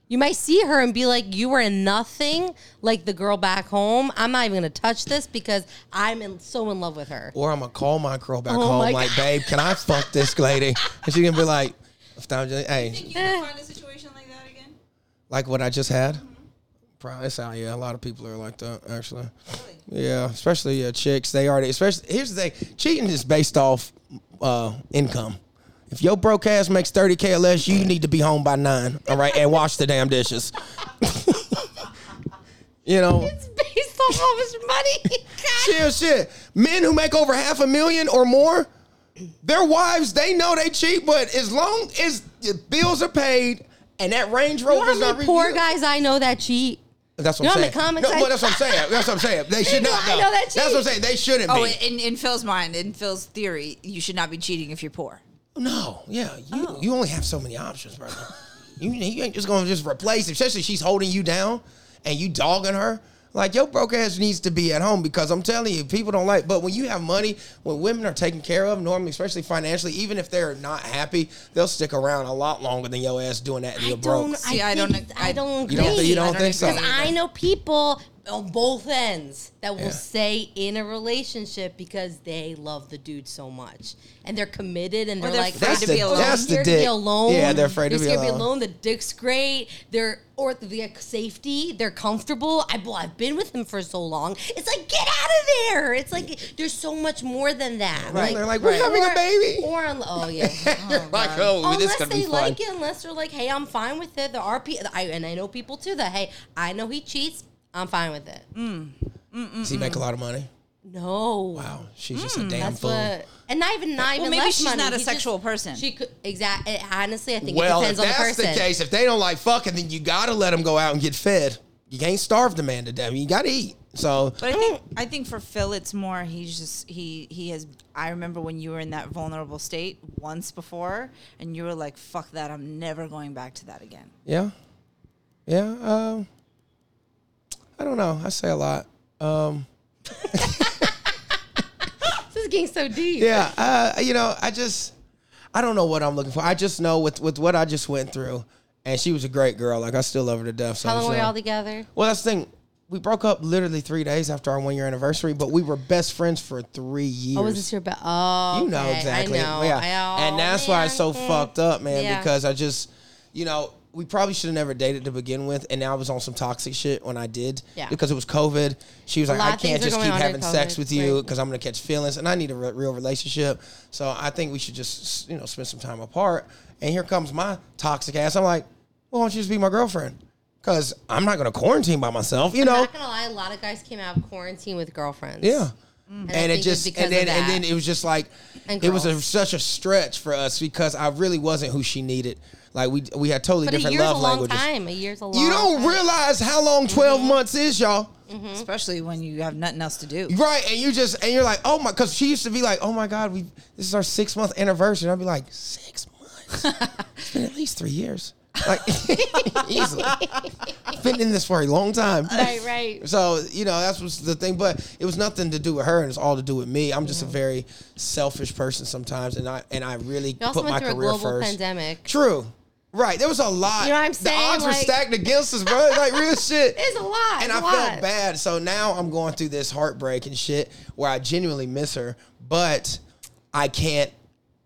Speaker 5: You might see her and be like, "You are nothing like the girl back home. I'm not even going to touch this because I'm in, so in love with her."
Speaker 3: Or I'm gonna call my girl back
Speaker 5: Oh my
Speaker 3: home, like, babe, can I fuck this lady? And she gonna be like, if I'm just- hey,
Speaker 4: you can find a situation like that again.
Speaker 3: like what I just had. Probably that's how yeah, a lot of people are like that actually. Yeah, especially uh, chicks. They already especially here's the thing: cheating is based off uh, income. If your broke ass makes thirty k or less, you need to be home by nine. All right, and wash the damn dishes. you know,
Speaker 5: It's based on how much money. God.
Speaker 3: chill shit. Men who make over half a million or more, their wives they know they cheat, but as long as the bills are paid and that Range
Speaker 5: You know
Speaker 3: Rover's
Speaker 5: how
Speaker 3: not
Speaker 5: many poor
Speaker 3: reviewed-
Speaker 5: guys I know that cheat?
Speaker 3: That's what
Speaker 5: You
Speaker 3: I'm
Speaker 5: know
Speaker 3: saying.
Speaker 5: how many comics
Speaker 3: no,
Speaker 5: I-
Speaker 3: well, that's what I'm saying. That's what I'm saying. They should
Speaker 5: know,
Speaker 3: not.
Speaker 5: I
Speaker 3: Know.
Speaker 5: know that
Speaker 3: That's what I'm
Speaker 5: cheat.
Speaker 3: saying. They shouldn't
Speaker 4: Oh,
Speaker 3: be.
Speaker 4: in, in Phil's mind, in Phil's theory, you should not be cheating if you're poor.
Speaker 3: no, yeah. You,
Speaker 5: Oh.
Speaker 3: you only have so many options, brother. you, you ain't just gonna just replace. Especially she's holding you down and you dogging her. Like your broke ass needs to be at home because I'm telling you, people don't like. But when you have money, when women are taken care of, normally, especially financially, even if they're not happy, they'll stick around a lot longer than your ass doing that. And you're broke.
Speaker 4: See, I don't
Speaker 5: think-
Speaker 4: ag-
Speaker 5: I
Speaker 4: I-
Speaker 5: don't agree.
Speaker 3: You don't think- you don't
Speaker 5: I
Speaker 3: think so?
Speaker 5: Because I know people on both ends that will
Speaker 3: Yeah.
Speaker 5: stay in a relationship because they love the dude so much and they're committed and
Speaker 4: Or
Speaker 5: they're,
Speaker 4: they're
Speaker 5: like,
Speaker 4: afraid
Speaker 5: "I'm
Speaker 4: to be
Speaker 5: scared
Speaker 4: alone."
Speaker 3: That's the
Speaker 5: to be
Speaker 3: dick.
Speaker 5: alone.
Speaker 3: Yeah, they're afraid to
Speaker 5: They're
Speaker 3: be
Speaker 5: scared
Speaker 3: alone.
Speaker 5: The dick's great. They're or the safety. They're comfortable. I, well, I've been with him for so long. It's like get out of there. It's like there's so much more than that.
Speaker 3: Right. They're like, "We're having a
Speaker 5: or-
Speaker 3: baby."
Speaker 5: Or oh yeah.
Speaker 3: like, oh, this
Speaker 5: unless
Speaker 3: could
Speaker 5: they
Speaker 3: be fun.
Speaker 5: like it, unless they're like, hey, I'm fine with it. There are people, I, and I know people too that hey, I know he cheats, I'm fine with it.
Speaker 3: Does he make a lot of money?
Speaker 5: No,
Speaker 3: Wow, she's just a damn
Speaker 5: that's
Speaker 3: fool.
Speaker 5: what, and not even not even
Speaker 4: maybe
Speaker 5: less
Speaker 4: she's
Speaker 5: money.
Speaker 4: not a
Speaker 5: He
Speaker 4: sexual person.
Speaker 5: She could exactly. Honestly, I think
Speaker 3: well,
Speaker 5: it depends
Speaker 3: if
Speaker 5: on the
Speaker 3: that's the,
Speaker 5: person.
Speaker 3: case, if they don't like fucking, then you gotta let them go out and get fed. You can't starve the man to death. You gotta eat. So
Speaker 4: But I think
Speaker 5: Oh.
Speaker 4: I think for Phil, it's more he's just he he has. I remember when you were in that vulnerable state once before, and you were like, "Fuck that! I'm never going back to that again."
Speaker 3: yeah, yeah. Um, I don't know. I say a lot. Um,
Speaker 5: This is getting so deep.
Speaker 3: yeah, uh, you know, I just I don't know what I'm looking for. I just know with with what I just went through, and she was a great girl. Like I still love her to death. So
Speaker 5: How long
Speaker 3: so-
Speaker 5: were y'all together?
Speaker 3: Well, that's the thing. We broke up literally three days after our one year anniversary, but we were best friends for three years.
Speaker 5: Oh, was this your best? Oh,
Speaker 3: you know
Speaker 5: okay.
Speaker 3: exactly.
Speaker 5: I know.
Speaker 3: Yeah.
Speaker 5: I- oh,
Speaker 3: and that's why it's so
Speaker 5: man.
Speaker 3: fucked up, man,
Speaker 5: Yeah.
Speaker 3: because I just, you know, we probably should have never dated to begin with. And now I was on some toxic shit when I did
Speaker 5: Yeah.
Speaker 3: because it was COVID. She was like,
Speaker 5: lot
Speaker 3: I
Speaker 5: of things
Speaker 3: can't
Speaker 5: were
Speaker 3: just
Speaker 5: going
Speaker 3: keep
Speaker 5: on during
Speaker 3: having sex
Speaker 5: COVID,
Speaker 3: with you
Speaker 5: right.
Speaker 3: because I'm going to catch feelings and I need a re- real relationship. So I think we should just, you know, spend some time apart. And here comes my toxic ass. I'm like, well, why don't you just be my girlfriend? Because I'm not going to quarantine by myself, you
Speaker 5: I'm
Speaker 3: know?
Speaker 5: not gonna lie, a lot of guys came out of quarantine with girlfriends.
Speaker 3: Yeah.
Speaker 5: and,
Speaker 3: and it
Speaker 5: I think it's
Speaker 3: just
Speaker 5: because
Speaker 3: and then
Speaker 5: of that.
Speaker 3: and then it was just like
Speaker 5: And
Speaker 3: it was a,
Speaker 5: girls.
Speaker 3: such a stretch for us because I really wasn't who she needed. Like we we had totally
Speaker 5: but a
Speaker 3: different
Speaker 5: year's a
Speaker 3: love
Speaker 5: long
Speaker 3: languages.
Speaker 5: time. Mm-hmm. A year's a long.
Speaker 3: You don't
Speaker 5: time.
Speaker 3: realize how long 12 months is, y'all.
Speaker 5: Mm-hmm.
Speaker 4: Especially when you have nothing else to do.
Speaker 3: Right, and you just and you're like, oh my, because she used to be like, oh my god, we this is our six month anniversary. And I'd be like, six months. it's been at least three years, like easily. I've been in this for a long time.
Speaker 5: Right, right.
Speaker 3: So you know that's was the thing, but it was nothing to do with her, and it's all to do with me. I'm just a very selfish person sometimes, and I and I really
Speaker 5: You also
Speaker 3: put my
Speaker 5: went through a
Speaker 3: career
Speaker 5: global
Speaker 3: first.
Speaker 5: pandemic.
Speaker 3: True, right? There was a lot.
Speaker 5: You know what I'm
Speaker 3: The
Speaker 5: saying?
Speaker 3: odds were
Speaker 5: Like-
Speaker 3: stacked against us, bro. Like real shit.
Speaker 5: It's a lot.
Speaker 3: and
Speaker 5: it's
Speaker 3: I
Speaker 5: a lot.
Speaker 3: felt bad. So now I'm going through this heartbreak and shit where I genuinely miss her, but I can't.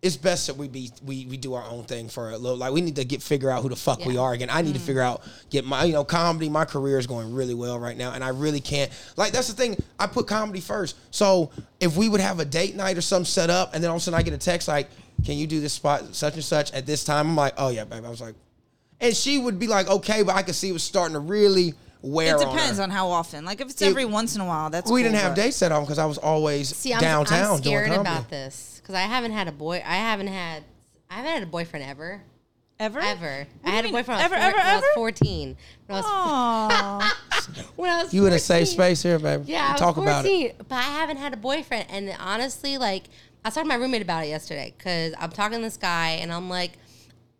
Speaker 3: It's best that we be we, we do our own thing for a little. Like we need to get figure out who the fuck we
Speaker 5: Yeah. Mm-hmm.
Speaker 3: are again. I need to figure out get my you know comedy. My career is going really well right now, and I really can't. Like that's the thing. I put comedy first. So if we would have a date night or something set up, and then all of a sudden I get a text like, "Can you do this spot such and such at this time?" I'm like, "Oh yeah, babe." I was like, and she would be like, "Okay," but I could see it was starting to really wear.
Speaker 4: It
Speaker 3: on
Speaker 4: depends
Speaker 3: her
Speaker 4: on how often. Like if it's
Speaker 3: It-
Speaker 4: every once in a while, that's
Speaker 3: we
Speaker 4: cool,
Speaker 3: didn't have
Speaker 4: but-
Speaker 3: dates set on because I was always
Speaker 5: See, I'm,
Speaker 3: downtown
Speaker 5: I'm scared
Speaker 3: doing comedy.
Speaker 5: about this because I haven't had a boy. I haven't had. I haven't had a boyfriend ever.
Speaker 4: ever
Speaker 5: Ever. I
Speaker 4: do
Speaker 5: had
Speaker 4: you
Speaker 5: a
Speaker 4: mean,
Speaker 5: boyfriend when I was,
Speaker 4: ever,
Speaker 5: four,
Speaker 4: ever,
Speaker 5: when I was
Speaker 4: ever?
Speaker 5: 14. When I was,
Speaker 4: Aw.
Speaker 5: when I was
Speaker 3: You in a
Speaker 5: 14.
Speaker 3: safe space here, baby.
Speaker 5: Yeah, I was
Speaker 3: talk
Speaker 5: 14,
Speaker 3: about it.
Speaker 5: but I haven't had a boyfriend. And honestly, like I was talking to my roommate about it yesterday because I'm talking to this guy, and I'm like,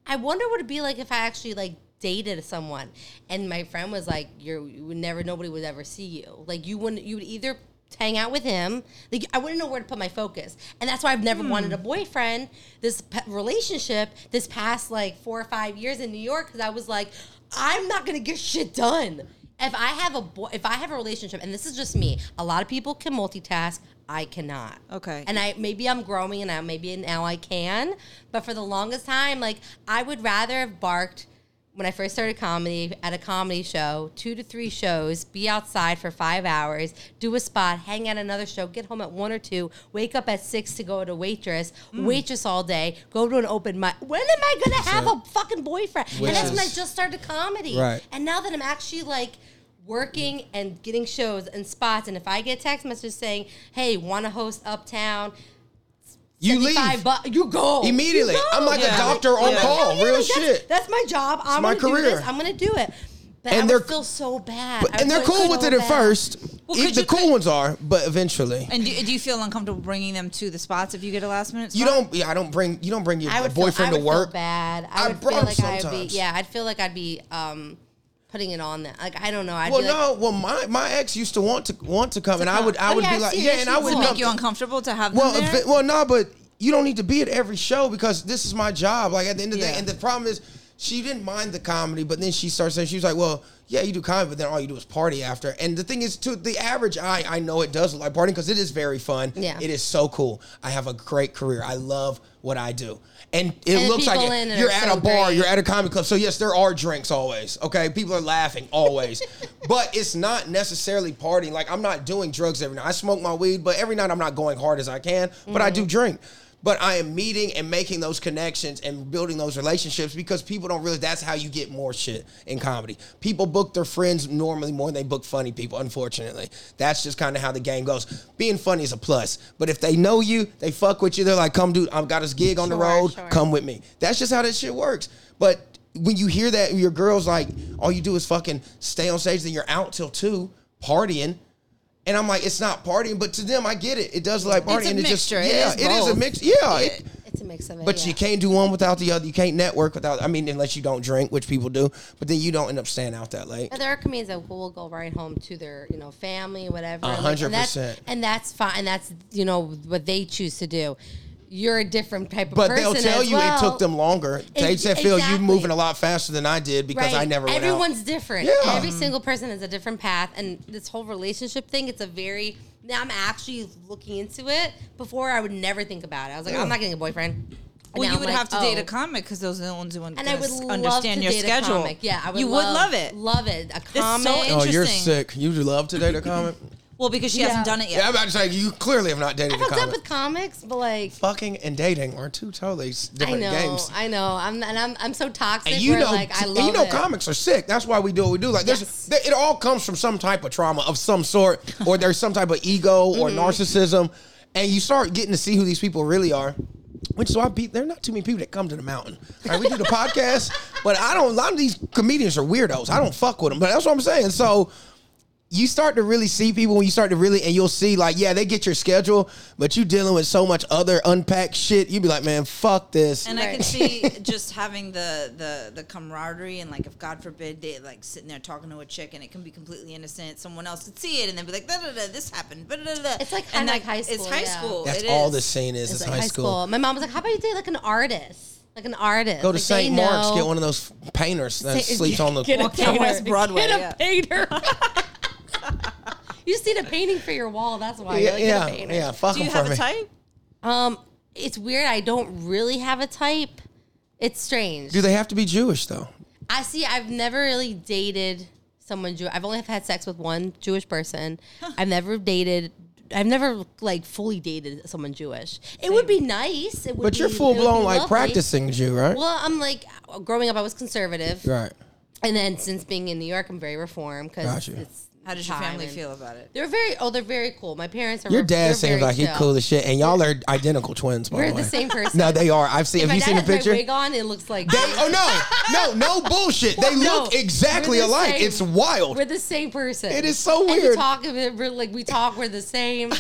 Speaker 5: I wonder what it'd be like if I actually like dated someone. And my friend was like, "You're you would never, nobody would ever see you. Like you wouldn't, you would either." Hang out with him. Like I wouldn't know where to put my focus, and that's why I've never
Speaker 3: Hmm.
Speaker 5: wanted a boyfriend. This pe- relationship, this past like four or five years in New York, because I was like, I'm not gonna get shit done. If I have a boy, if I have a relationship, and this is just me, a lot of people can multitask. I cannot.
Speaker 4: Okay.
Speaker 5: And I maybe I'm growing, and I maybe now I can. But for the longest time, like I would rather have barked when I first started comedy at a comedy show, two to three shows, be outside for five hours, do a spot, hang at another show, get home at one or two, wake up at six to go to waitress, waitress all day, go to an open mic. When am I gonna have a fucking boyfriend? and that's when I
Speaker 3: Wishes.
Speaker 5: just started comedy.
Speaker 3: Right.
Speaker 5: And now that I'm actually like working and getting shows and spots, and if I get text messages saying, "Hey, want to host Uptown?"
Speaker 3: You
Speaker 5: 75
Speaker 3: leave
Speaker 5: bu- you go
Speaker 3: immediately.
Speaker 5: You go.
Speaker 3: I'm like
Speaker 4: Yeah.
Speaker 3: a doctor on
Speaker 4: Yeah.
Speaker 3: call.
Speaker 5: Yeah,
Speaker 3: Real
Speaker 5: like, that's-
Speaker 3: shit.
Speaker 5: That's my job. I'm
Speaker 3: my
Speaker 5: gonna do this.
Speaker 3: career.
Speaker 5: I'm gonna do it. But
Speaker 3: And
Speaker 5: I
Speaker 3: they're-
Speaker 5: would feel so bad. I
Speaker 3: and they're
Speaker 5: would
Speaker 3: cool
Speaker 5: feel
Speaker 3: with it at
Speaker 5: bad.
Speaker 3: first.
Speaker 4: Well,
Speaker 3: Even
Speaker 4: could
Speaker 3: the
Speaker 4: you-
Speaker 3: cool
Speaker 4: could-
Speaker 3: ones are, but eventually.
Speaker 4: And do, do you feel uncomfortable bringing them to the spots if you get a last minute? Spot?
Speaker 3: you don't yeah, I don't bring you don't bring your
Speaker 5: I would
Speaker 3: boyfriend
Speaker 5: feel, I
Speaker 3: to
Speaker 5: would
Speaker 3: work.
Speaker 5: Feel bad.
Speaker 3: I
Speaker 5: I would
Speaker 3: brought
Speaker 5: feel
Speaker 3: him
Speaker 5: like I'd be.
Speaker 3: sometimes.
Speaker 5: Yeah, I'd feel like I'd be um, putting it on them. Like I don't know. I'd
Speaker 3: Well,
Speaker 5: be like,
Speaker 3: no, well my, my ex used to want to want to come and I
Speaker 5: come.
Speaker 3: would I
Speaker 5: Oh,
Speaker 3: would
Speaker 5: yeah,
Speaker 3: be
Speaker 5: I've
Speaker 3: like
Speaker 5: seen
Speaker 3: yeah,
Speaker 5: it.
Speaker 3: and
Speaker 5: She
Speaker 3: I
Speaker 5: wants
Speaker 3: would
Speaker 5: to
Speaker 4: Does it
Speaker 3: come
Speaker 4: make you uncomfortable to have them
Speaker 3: Well,
Speaker 4: there?
Speaker 3: if it- well, no, but you don't need to be at every show because this is my job. Like at the end of the day,
Speaker 4: Yeah.
Speaker 3: and the problem is she didn't mind the comedy, but then she starts saying she was like, "Well, yeah, you do comedy, but then all you do is party after." And the thing is, to the average eye, I know it does look like partying because it is very fun.
Speaker 5: Yeah.
Speaker 3: it is so cool. I have a great career. I love what I do, and it
Speaker 5: And the
Speaker 3: looks like
Speaker 5: people in
Speaker 3: it.
Speaker 5: it
Speaker 3: you're
Speaker 5: are
Speaker 3: at
Speaker 5: so
Speaker 3: a bar,
Speaker 5: great.
Speaker 3: you're at a comedy club. So yes, there are drinks always. Okay, people are laughing always, but it's not necessarily partying. Like I'm not doing drugs every night. I smoke my weed, but every night I'm not going hard as I can. But I do
Speaker 5: Mm-hmm.
Speaker 3: drink. But I am meeting and making those connections and building those relationships because people don't realize that's how you get more shit in comedy. People book their friends normally more than they book funny people, unfortunately. That's just kind of how the game goes. Being funny is a plus. But if they know you, they fuck with you, they're like, come dude, I've got this gig on the
Speaker 5: Sure,
Speaker 3: road.
Speaker 5: sure.
Speaker 3: Come with me. That's just how that shit works. But when you hear that your girl's like, all you do is fucking stay on stage, then you're out till two partying. And I'm like, it's not partying, but to them, I get it. It does like partying.
Speaker 4: It's a
Speaker 3: and
Speaker 4: mixture. It
Speaker 3: Just,
Speaker 4: is
Speaker 3: yeah, it is a
Speaker 4: both.
Speaker 3: mix. Yeah, it-
Speaker 5: It's a mix of it.
Speaker 3: but
Speaker 5: yeah.
Speaker 3: you can't do one without the other. You can't network without. I mean, unless you don't drink, which people do, but then you don't end up staying out that late.
Speaker 5: And there are comedians that will go right home to their, you know, family, whatever.
Speaker 3: A
Speaker 5: and, like,
Speaker 3: hundred
Speaker 5: and that's-
Speaker 3: percent.
Speaker 5: And that's fine. And that's, you know, what they choose to do. You're a different type of
Speaker 3: But
Speaker 5: person.
Speaker 3: they'll tell
Speaker 5: as
Speaker 3: you
Speaker 5: well.
Speaker 3: it took them longer. They
Speaker 5: Ex-
Speaker 3: said, "Phil,
Speaker 5: exactly.
Speaker 3: you moving a lot faster than I did because I never went out."
Speaker 5: Everyone's different.
Speaker 3: Yeah.
Speaker 5: Every single person has a different path, and this whole relationship thing. It's a very now I'm actually looking into it. Before I would never think about it. I was like,
Speaker 3: Yeah.
Speaker 5: I'm not getting a boyfriend. And
Speaker 4: Well,
Speaker 5: now
Speaker 4: you
Speaker 5: I'm
Speaker 4: would
Speaker 5: like,
Speaker 4: have to
Speaker 5: oh.
Speaker 4: date a comic because those are the ones who want
Speaker 5: And I would love
Speaker 4: understand
Speaker 5: to
Speaker 4: your
Speaker 5: date
Speaker 4: schedule.
Speaker 5: A comic. Yeah, I would.
Speaker 4: you
Speaker 5: love,
Speaker 4: would love it.
Speaker 5: Love it. A
Speaker 4: so
Speaker 5: comic.
Speaker 3: oh, you're
Speaker 4: Interesting.
Speaker 3: sick. You would love to date a comic?
Speaker 4: Well, because she
Speaker 5: Yeah.
Speaker 4: hasn't done it
Speaker 3: yeah,
Speaker 4: yet.
Speaker 3: I'm about to say you clearly have not dated
Speaker 5: I
Speaker 3: a
Speaker 5: fucked
Speaker 3: comic.
Speaker 5: up with comics, but like.
Speaker 3: Fucking and dating are two totally s-
Speaker 5: I
Speaker 3: different
Speaker 5: know,
Speaker 3: games.
Speaker 5: I know. I'm and I'm I'm so toxic.
Speaker 3: And you
Speaker 5: where,
Speaker 3: know,
Speaker 5: like, I
Speaker 3: and
Speaker 5: love
Speaker 3: you know,
Speaker 5: it.
Speaker 3: comics are sick. That's why we do what we do. Like, there's
Speaker 5: Yes.
Speaker 3: there- it all comes from some type of trauma of some sort, or there's some type of ego or
Speaker 5: Mm-hmm.
Speaker 3: narcissism, and you start getting to see who these people really are. Which is why pe- there are not too many people that come to the mountain. All right, we do the podcast, but I don't. A lot of these comedians are weirdos. I don't fuck with them, but that's what I'm saying. So you start to really see people when you start to really and you'll see like yeah they get your schedule but you dealing with so much other unpacked shit you'd be like man fuck this
Speaker 4: And I
Speaker 5: Right.
Speaker 4: can see just having the, the the camaraderie and like if God forbid they like sitting there talking to a chick and it can be completely innocent, someone else would see it and they'd be like, da da da, this happened. Da, da, da, da.
Speaker 5: It's like
Speaker 4: And
Speaker 5: kinda like high
Speaker 4: It's
Speaker 5: school,
Speaker 4: high
Speaker 5: yeah.
Speaker 4: school.
Speaker 3: that's
Speaker 4: It
Speaker 3: all
Speaker 4: is.
Speaker 3: this scene is is
Speaker 5: It's
Speaker 3: high, school.
Speaker 5: My mom was like, "How about you date like an artist, like an artist?
Speaker 3: Go to
Speaker 5: Like, they
Speaker 3: St. Mark's,
Speaker 5: know-
Speaker 3: get one of those painters that
Speaker 5: Say-
Speaker 3: sleeps on the.
Speaker 5: get a
Speaker 4: Walk down
Speaker 5: painter.
Speaker 4: West Broadway,
Speaker 5: Get a
Speaker 4: yeah.
Speaker 5: painter. you just need a painting for your wall. That's why.
Speaker 3: yeah,
Speaker 5: You're like, get a
Speaker 3: yeah,
Speaker 5: painter.
Speaker 3: yeah, fuck
Speaker 4: Do you
Speaker 3: them
Speaker 4: have
Speaker 3: for
Speaker 4: a
Speaker 3: me.
Speaker 4: type?
Speaker 5: Um, it's weird. I don't really have a type. It's strange.
Speaker 3: Do they have to be Jewish though?
Speaker 5: I see. I've never really dated someone Jew. I've only had sex with one Jewish person. I've never dated. I've never like fully dated someone Jewish. It would be nice. It would
Speaker 3: But you're
Speaker 5: be-
Speaker 3: full
Speaker 5: it would
Speaker 3: blown
Speaker 5: be
Speaker 3: like
Speaker 5: lovely.
Speaker 3: practicing Jew, right?
Speaker 5: Well, uh, I'm like growing up. I was conservative,
Speaker 3: right.
Speaker 5: and then since being in New York, I'm very reformed because
Speaker 3: Gotcha.
Speaker 5: it's.
Speaker 4: How does your
Speaker 5: time
Speaker 4: family
Speaker 5: and-
Speaker 4: feel about it?
Speaker 5: They're very. Oh, they're very cool. My parents are.
Speaker 3: Your
Speaker 5: they're
Speaker 3: dad seems
Speaker 5: very
Speaker 3: like he's
Speaker 5: chill.
Speaker 3: cool as shit, and y'all are identical twins, by
Speaker 5: We're
Speaker 3: the way.
Speaker 5: the same person.
Speaker 3: No, they are. I've seen. Have
Speaker 5: If my
Speaker 3: you
Speaker 5: dad
Speaker 3: seen the
Speaker 5: has my
Speaker 3: picture?
Speaker 5: wig on, it looks like.
Speaker 3: They- oh no, no, no bullshit. They
Speaker 5: No,
Speaker 3: look exactly
Speaker 5: we're the
Speaker 3: alike.
Speaker 5: same.
Speaker 3: It's wild.
Speaker 5: We're the same person.
Speaker 3: It is so
Speaker 5: And
Speaker 3: weird.
Speaker 5: we talk of it, we're like we talk. We're the same.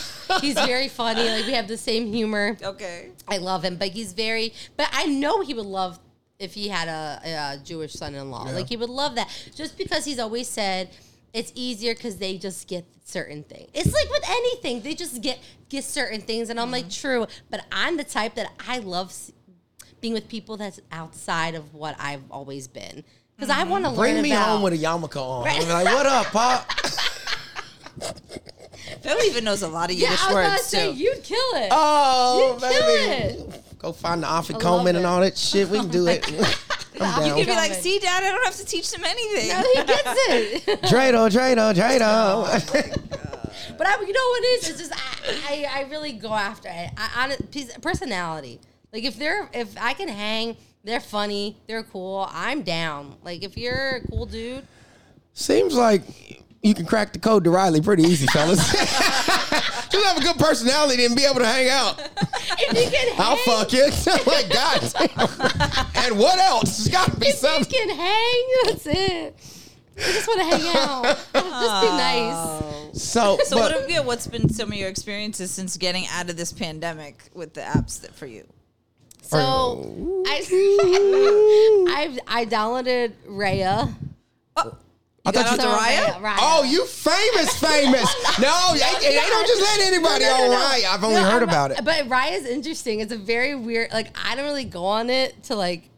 Speaker 5: He's very funny. Like we have the same humor.
Speaker 4: Okay.
Speaker 5: I love him, but he's very. But I know he would love if he had a, a Jewish son-in-law. Like he would love that, just because he's always said it's easier because they just get certain things. It's like with anything, they just get get certain things, and I'm like,
Speaker 3: Mm-hmm.
Speaker 5: true. But I'm the type that I love s- being with people that's outside of what I've always been. Because I want to learn.
Speaker 3: Mm-hmm. Bring me
Speaker 5: about-
Speaker 3: home with a yarmulke on. I'm like, what up, pop?
Speaker 4: Phil even knows a lot of
Speaker 5: Yeah,
Speaker 4: Yiddish
Speaker 5: I was
Speaker 4: words
Speaker 5: about to say
Speaker 4: too.
Speaker 5: you'd kill it.
Speaker 3: Oh,
Speaker 5: You
Speaker 3: baby. Go find the Offit Coleman and
Speaker 5: it.
Speaker 3: all that shit. We can do it. I'm
Speaker 5: You
Speaker 3: down.
Speaker 4: You'd be like,
Speaker 5: Common.
Speaker 4: see, Dad, I don't have to teach them anything.
Speaker 5: No, he gets it.
Speaker 3: Dreidel, Dreidel, Dreidel.
Speaker 5: But I, you know what it is? It's just I, I, I really go after it. I, on piece- personality. Like if they're if I can hang, they're funny, they're cool. I'm down. Like if you're a cool dude,
Speaker 3: Seems like you can crack the code to Riley pretty easy, fellas. Just have a good personality and be able to hang out.
Speaker 5: if you can hang,
Speaker 3: I'll fuck you. like, God. damn. and what else? It's got to be
Speaker 5: If you
Speaker 3: something.
Speaker 5: can hang, that's it. I just want to hang out. just be nice.
Speaker 3: So,
Speaker 4: So
Speaker 3: but,
Speaker 4: what have yeah, what's been some of your experiences since getting out of this pandemic with the apps that for you?
Speaker 5: So I, I I downloaded Raya.
Speaker 3: I thought you.
Speaker 4: The Raya?
Speaker 5: Raya.
Speaker 3: Oh, you famous, famous. no, they, they don't just let anybody
Speaker 5: No, no,
Speaker 3: on
Speaker 5: no, no.
Speaker 3: Raya. I've only
Speaker 5: No,
Speaker 3: heard
Speaker 5: I'm
Speaker 3: about
Speaker 5: not-
Speaker 3: it.
Speaker 5: But Raya is interesting. It's a very weird. Like I don't really go on it to like.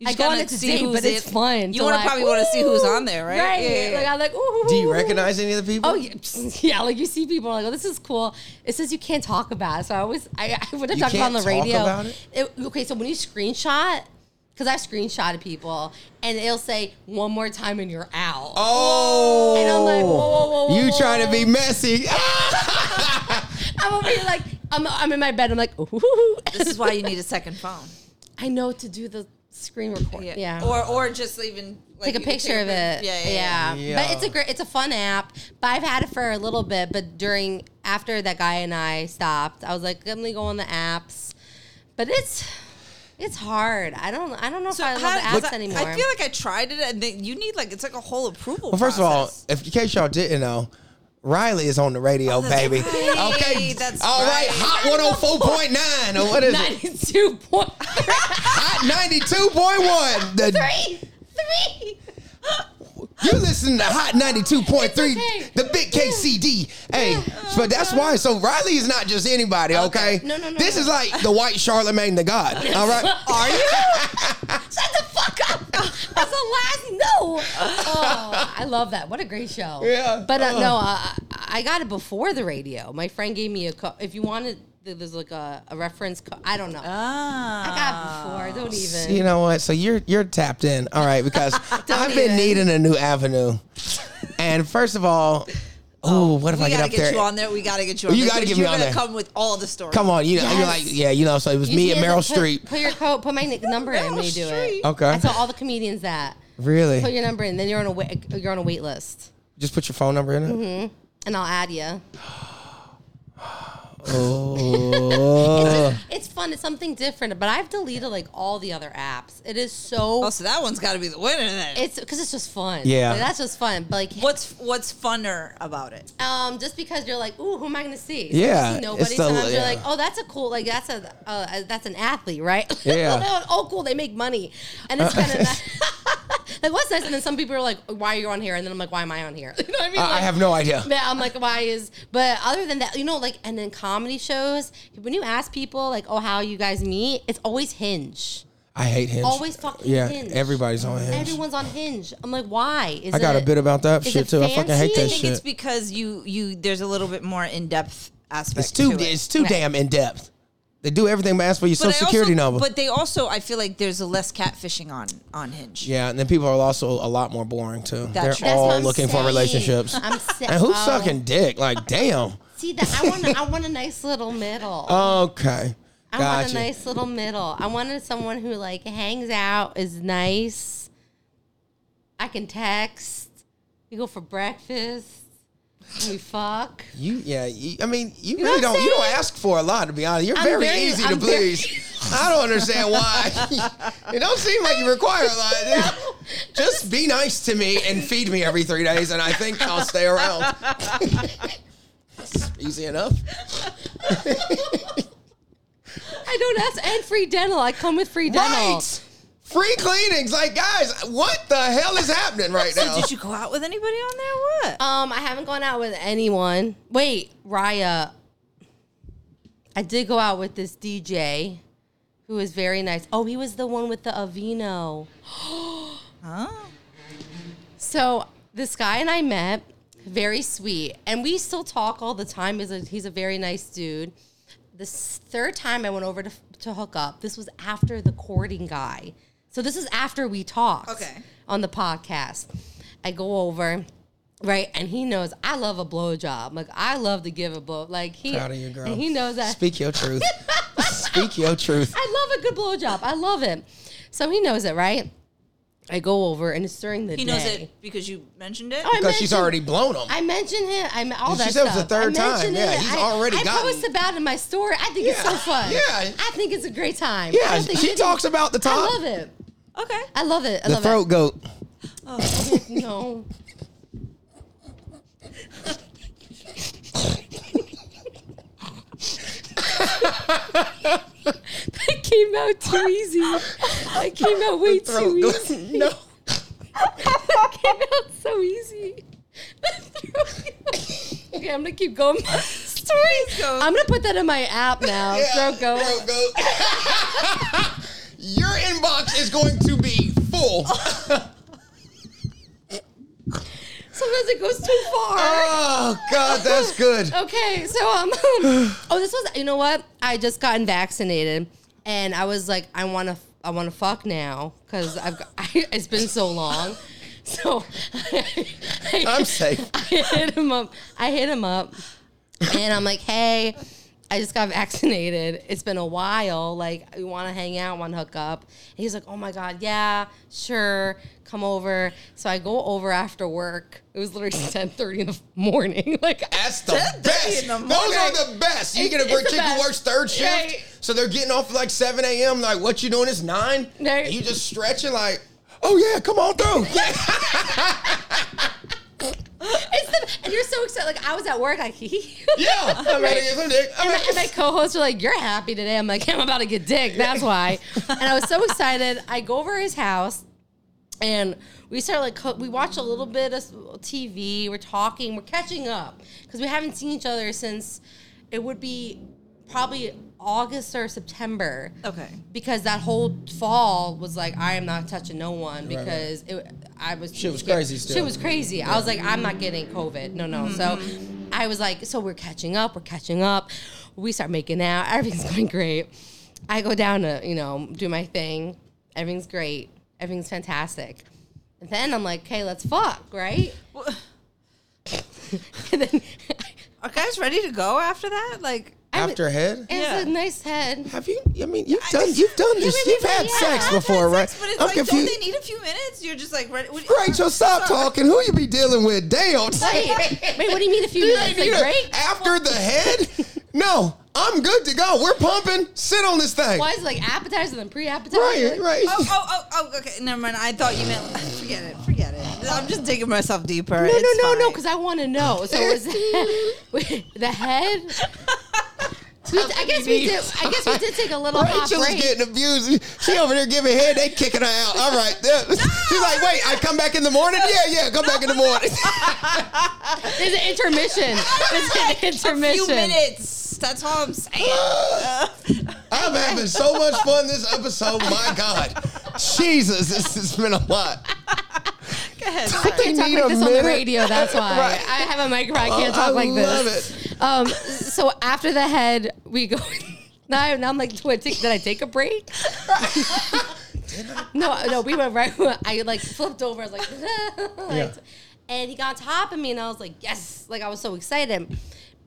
Speaker 5: I
Speaker 4: just
Speaker 5: go on
Speaker 4: kinda
Speaker 5: it to
Speaker 4: see
Speaker 5: date,
Speaker 4: who's
Speaker 5: but it's
Speaker 4: it-
Speaker 5: fun.
Speaker 4: you
Speaker 5: to,
Speaker 4: wanna
Speaker 5: like,
Speaker 4: probably wanna see who's
Speaker 5: ooh,
Speaker 4: on there, right?
Speaker 5: Right.
Speaker 4: Yeah, yeah,
Speaker 5: Like
Speaker 4: yeah.
Speaker 5: I'm like, ooh.
Speaker 3: Do you recognize any of the people?
Speaker 5: Oh yeah, yeah. Like you see people like, oh, this is cool. It says you can't talk about it, so I always I, I would have
Speaker 3: You can't
Speaker 5: talked about it on the
Speaker 3: talk
Speaker 5: radio.
Speaker 3: about it?
Speaker 5: It- okay, so when you screenshot, because I screenshotted people, and it'll say one more time and you're out.
Speaker 3: Oh.
Speaker 5: And I'm like, whoa, whoa, whoa, whoa,
Speaker 3: You
Speaker 5: whoa.
Speaker 3: trying to be messy. Ah!
Speaker 5: I'm over here like I'm I'm in my bed. I'm like, ooh.
Speaker 4: This is why you need a second phone.
Speaker 5: I know to do the screen record. Yeah.
Speaker 4: Or or just even like,
Speaker 5: Take a
Speaker 4: you could
Speaker 5: picture of
Speaker 4: pic-
Speaker 5: it.
Speaker 4: Yeah, yeah. yeah.
Speaker 3: Yeah.
Speaker 5: But it's a great, it's a fun app. But I've had it for a little bit. But during after that guy and I stopped, I was like, let me go on the apps. But it's it's hard. I don't I don't know if I love
Speaker 4: how-
Speaker 5: apps
Speaker 4: I-
Speaker 5: anymore.
Speaker 4: I feel like I tried it, and they, you need like it's like a whole approval.
Speaker 3: Well, first of all,
Speaker 4: process.
Speaker 3: if in case y'all didn't know, Riley is on the radio, baby.
Speaker 4: right.
Speaker 3: Okay.
Speaker 4: That's
Speaker 3: All right. oh
Speaker 4: right.
Speaker 3: Hot 104.9 or what is it?
Speaker 5: 92 point
Speaker 3: Hot 92.1. The,
Speaker 5: three. Three.
Speaker 3: you listen to Hot 92.3,
Speaker 5: okay.
Speaker 3: the big KCD. Hey, but that's why. So Riley is not just anybody, okay?
Speaker 5: No, no, no,
Speaker 3: This
Speaker 5: no.
Speaker 3: is like the white Charlemagne the God. All right.
Speaker 5: Are you? Shut the fuck up. That's the last no. Oh, I love that. What a great show.
Speaker 3: Yeah.
Speaker 5: But uh,
Speaker 3: Oh.
Speaker 5: no, uh, I got it before the radio. My friend gave me a co- if you wanted there's like a, a reference co- I don't know. I got
Speaker 3: Ah.
Speaker 5: it before. Don't even.
Speaker 3: You know what? So you're you're tapped in. All right, because I've been
Speaker 5: even.
Speaker 3: needing a new avenue. And first of all, oh, what if
Speaker 4: we
Speaker 3: I get
Speaker 4: gotta
Speaker 3: up
Speaker 4: get
Speaker 3: there?
Speaker 4: you on there. We gotta get you on
Speaker 3: You
Speaker 4: there.
Speaker 3: gotta
Speaker 4: 'cause
Speaker 3: get me
Speaker 4: you're
Speaker 3: on
Speaker 4: gonna
Speaker 3: there.
Speaker 4: come with all the stories.
Speaker 3: Come on, you know, you're like,
Speaker 5: Yes.
Speaker 3: yeah, you know. So it was me and
Speaker 5: just
Speaker 3: Meryl
Speaker 5: need to
Speaker 3: Street.
Speaker 5: Put, put your co- put my nick- number in when you do it.
Speaker 3: Okay.
Speaker 5: I tell all the comedians that.
Speaker 3: really?
Speaker 5: Put your number in, then you're on a wait, you're on a wait list,
Speaker 3: Just put your phone number in it.
Speaker 5: Mm-hmm. and I'll add you.
Speaker 3: Oh,
Speaker 5: It's fun. It's something different. But I've deleted like all the other apps. It is so.
Speaker 4: Oh, so that one's gotta be the winner then.
Speaker 5: It's because it's just fun.
Speaker 3: Yeah.
Speaker 5: Like, that's just fun. But like,
Speaker 4: what's what's funner about it?
Speaker 5: um, just because you're like, ooh, who am I gonna see?
Speaker 3: Yeah,
Speaker 5: You see
Speaker 3: it's
Speaker 5: nobody.
Speaker 3: the-
Speaker 5: Sometimes
Speaker 3: yeah.
Speaker 5: you're like, oh, that's a cool. Like that's a uh, that's an athlete, right?
Speaker 3: Yeah.
Speaker 5: oh, cool. They make money, and it's kind of. Like what's nice, and then some people are like, "Why are you on here?" And then I'm like, "Why am I on here?" You know what I mean?
Speaker 3: I- I
Speaker 5: Like-
Speaker 3: have no idea.
Speaker 5: Yeah, I'm like, why is? But other than that, you know, like, and then comedy shows. When you ask people, like, oh, how you guys meet, it's always Hinge.
Speaker 3: I hate Hinge.
Speaker 5: Always fucking
Speaker 3: yeah.
Speaker 5: Hinge.
Speaker 3: Everybody's on Hinge.
Speaker 5: Everyone's on Hinge. I'm like, why? Is
Speaker 3: I got a
Speaker 5: it-
Speaker 3: bit about that
Speaker 5: is
Speaker 3: shit
Speaker 5: it
Speaker 3: too. I fucking hate
Speaker 5: fancy?
Speaker 3: that
Speaker 4: I think
Speaker 3: shit.
Speaker 4: it's because you you there's a little bit more in depth aspect.
Speaker 3: It's too
Speaker 4: to it.
Speaker 3: it's too damn in depth. They do everything but ask for your
Speaker 4: But I
Speaker 3: social security
Speaker 4: also,
Speaker 3: number.
Speaker 4: But they also, I feel like there's a less catfishing on on Hinge.
Speaker 3: yeah, and then people are also a lot more boring too.
Speaker 4: That's
Speaker 3: They're
Speaker 4: right.
Speaker 5: That's what
Speaker 3: all
Speaker 5: I'm
Speaker 3: looking
Speaker 5: saying.
Speaker 3: for relationships.
Speaker 5: I'm sa-
Speaker 3: and who's
Speaker 5: oh.
Speaker 3: sucking dick? Like, damn.
Speaker 5: See that? I want. I want a nice little middle.
Speaker 3: Oh, Okay.
Speaker 5: I want
Speaker 3: Gotcha.
Speaker 5: a nice little middle. I wanted someone who like hangs out, is nice. I can text. We go for breakfast. We fuck.
Speaker 3: you yeah. You, I mean, you,
Speaker 5: know
Speaker 3: really
Speaker 5: what I'm
Speaker 3: don't. You don't
Speaker 5: saying?
Speaker 3: ask for a lot to be honest. You're
Speaker 5: I'm
Speaker 3: very,
Speaker 5: very-
Speaker 3: easy
Speaker 5: I'm
Speaker 3: to
Speaker 5: very-
Speaker 3: please. I don't understand why. it don't seem like you require a lot. Just be nice to me and feed me every three days, and I think I'll stay around. It's easy enough.
Speaker 5: I don't ask and free dental. I come with free dental.
Speaker 3: Right. Free cleanings. Like, guys, what the hell is happening right
Speaker 4: So Uh,
Speaker 3: now?
Speaker 4: did you go out with anybody on there? or What?
Speaker 5: Um, I haven't gone out with anyone. Wait, Raya. I did go out with this DJ who was very nice. Oh, he was the one with the Avino.
Speaker 4: Huh?
Speaker 5: So this guy and I met, very sweet, and we still talk all the time. He's a, he's a very nice dude. This third time I went over to, to hook up, this was after the courting guy. So this is after we talked
Speaker 4: Okay.
Speaker 5: on the podcast. I go over, right, and he knows I love a blowjob. Like I love to give a blow. Like he,
Speaker 3: Proud of you, girl.
Speaker 5: and he knows that.
Speaker 3: Speak your truth. Speak your truth.
Speaker 5: I love a good blowjob. I love it. So he knows it, right? I go over, and it's during the
Speaker 4: He
Speaker 5: day.
Speaker 4: knows it because you mentioned it.
Speaker 5: Oh, I
Speaker 3: Because she's
Speaker 5: mentioned-
Speaker 3: already blown them.
Speaker 5: I mentioned him. I met all
Speaker 3: She
Speaker 5: that
Speaker 3: said it was
Speaker 5: stuff.
Speaker 3: the third
Speaker 5: I mentioned
Speaker 3: time. Yeah,
Speaker 5: it.
Speaker 3: he's
Speaker 5: I-
Speaker 3: already
Speaker 5: I
Speaker 3: gotten-
Speaker 5: post about it in my story. I think it's so
Speaker 3: Yeah,
Speaker 5: fun.
Speaker 3: yeah.
Speaker 5: I think it's a great time. I
Speaker 3: yeah,
Speaker 5: don't think
Speaker 3: she
Speaker 5: any-
Speaker 3: talks about the
Speaker 5: I
Speaker 3: top.
Speaker 5: love it.
Speaker 4: Oh, Okay.
Speaker 5: I love it. I
Speaker 3: The
Speaker 5: love
Speaker 3: throat goat.
Speaker 5: it. No. that came out too easy. That came out way too
Speaker 3: Throat goat.
Speaker 5: easy.
Speaker 3: no.
Speaker 5: that came out so easy. okay, I'm gonna keep going. Stories.
Speaker 4: go.
Speaker 5: I'm gonna put that in my app now.
Speaker 3: Yeah,
Speaker 5: Throat goat.
Speaker 3: Throat goat. Your inbox is going to be full.
Speaker 5: Sometimes it goes too far.
Speaker 3: Oh God, that's good.
Speaker 5: okay, so um, oh, this was. You know what? I just gotten vaccinated, and I was like, I wanna, I wanna fuck now because I've, got, I, it's been so long. So
Speaker 3: I'm safe.
Speaker 5: I hit him up. I hit him up, and I'm like, "Hey, I just got vaccinated. It's been a while. Like, we want to hang out, want to hook up." And he's like, "Oh my god, yeah, sure, come over." So I go over after work. It was literally 10:30 in the morning. Like,
Speaker 3: That's the
Speaker 4: That's
Speaker 3: best.
Speaker 4: in the
Speaker 3: Those
Speaker 4: morning.
Speaker 3: are the best. You get a
Speaker 5: It's- it's
Speaker 3: great
Speaker 5: the
Speaker 3: chick who
Speaker 5: best.
Speaker 3: works third shift,
Speaker 5: Right.
Speaker 3: so they're getting off at like 7 a.m. Like, what you doing? It's 9.
Speaker 5: Right.
Speaker 3: And you just stretching like, oh yeah, come on through.
Speaker 5: It's the, and you're so excited. Like I was at work, like hee.
Speaker 3: Yeah, I'm ready to get some dick. I'm
Speaker 5: And my,
Speaker 3: ready to
Speaker 5: and my
Speaker 3: get some-
Speaker 5: co-hosts were like, "You're happy today." I'm like, "I'm about to get dick." That's why. And I was so excited. I go over his house, and we start like co- we watch a little bit of s- TV. We're talking. We're catching up because we haven't seen each other since it would be probably August or September
Speaker 4: Okay.
Speaker 5: because that whole fall was like I am not touching no one because it I was
Speaker 3: Shit was
Speaker 5: yeah,
Speaker 3: crazy still.
Speaker 5: Shit was crazy. I was like I'm not getting COVID. No, no.
Speaker 4: Mm-hmm.
Speaker 5: So I was like so we're catching up, we're catching up. We start making out. Everything's going great. I go down to, you know, do my thing. Everything's great. Everything's fantastic. And then I'm like, "Okay, let's fuck, right?"
Speaker 4: Well,
Speaker 5: And then
Speaker 4: are guys ready to go after that? Like,
Speaker 5: I'm-
Speaker 3: After head.
Speaker 5: it's
Speaker 4: Yeah.
Speaker 5: a nice head.
Speaker 3: Have you? I mean, you've done. You've done this.
Speaker 5: we-
Speaker 3: You've
Speaker 5: we-
Speaker 3: had
Speaker 5: yeah, I've
Speaker 3: sex
Speaker 5: had
Speaker 3: before, right?
Speaker 4: But it's
Speaker 3: I'm
Speaker 4: like,
Speaker 3: confused.
Speaker 4: don't they need a few minutes? You're just like ready. what-
Speaker 3: Rachel, stop
Speaker 4: Sorry.
Speaker 3: talking. Who you be dealing with? Damn.
Speaker 5: Wait, wait, what do you mean a few minutes? Like, break?
Speaker 3: After the head? No, I'm good to go. We're pumping. Sit on this thing.
Speaker 5: Why is it like appetizer then pre-appetizer?
Speaker 3: Right, right.
Speaker 4: Oh, oh, oh, oh, okay. Never mind. I thought you meant. Forget it. Forget it. I'm just digging myself deeper.
Speaker 5: No, no, no, no, because I want to know. So was the head? We- I guess we did. I guess we did take a little hot
Speaker 3: Rachel's
Speaker 5: break.
Speaker 3: getting abused. She over there giving head. They kicking her out. All right. Yeah.
Speaker 5: Ah!
Speaker 3: She's like, wait, I come back in the morning? Yeah, yeah, come back in the morning.
Speaker 5: There's an intermission. There's an
Speaker 4: a few
Speaker 5: intermission.
Speaker 4: minutes. That's all I'm saying.
Speaker 3: Ah.
Speaker 4: Uh,
Speaker 3: I'm having so much fun this episode. My God. Jesus, this has been a lot.
Speaker 4: Go ahead.
Speaker 3: Don't they
Speaker 5: I can't talk
Speaker 3: need
Speaker 5: like
Speaker 3: a
Speaker 5: this on the
Speaker 3: minute?
Speaker 5: radio. That's why
Speaker 3: Right.
Speaker 5: I have a microphone. I can't
Speaker 3: Oh,
Speaker 5: talk
Speaker 3: I
Speaker 5: like
Speaker 3: love
Speaker 5: this. Um, so after the head, we go. Now, I'm- now I'm like, do I take, did I take a break? no, no, we went right. I like flipped over. I was like,
Speaker 3: Yeah.
Speaker 5: and he got on top of me, and I was like, yes, like I was so excited. But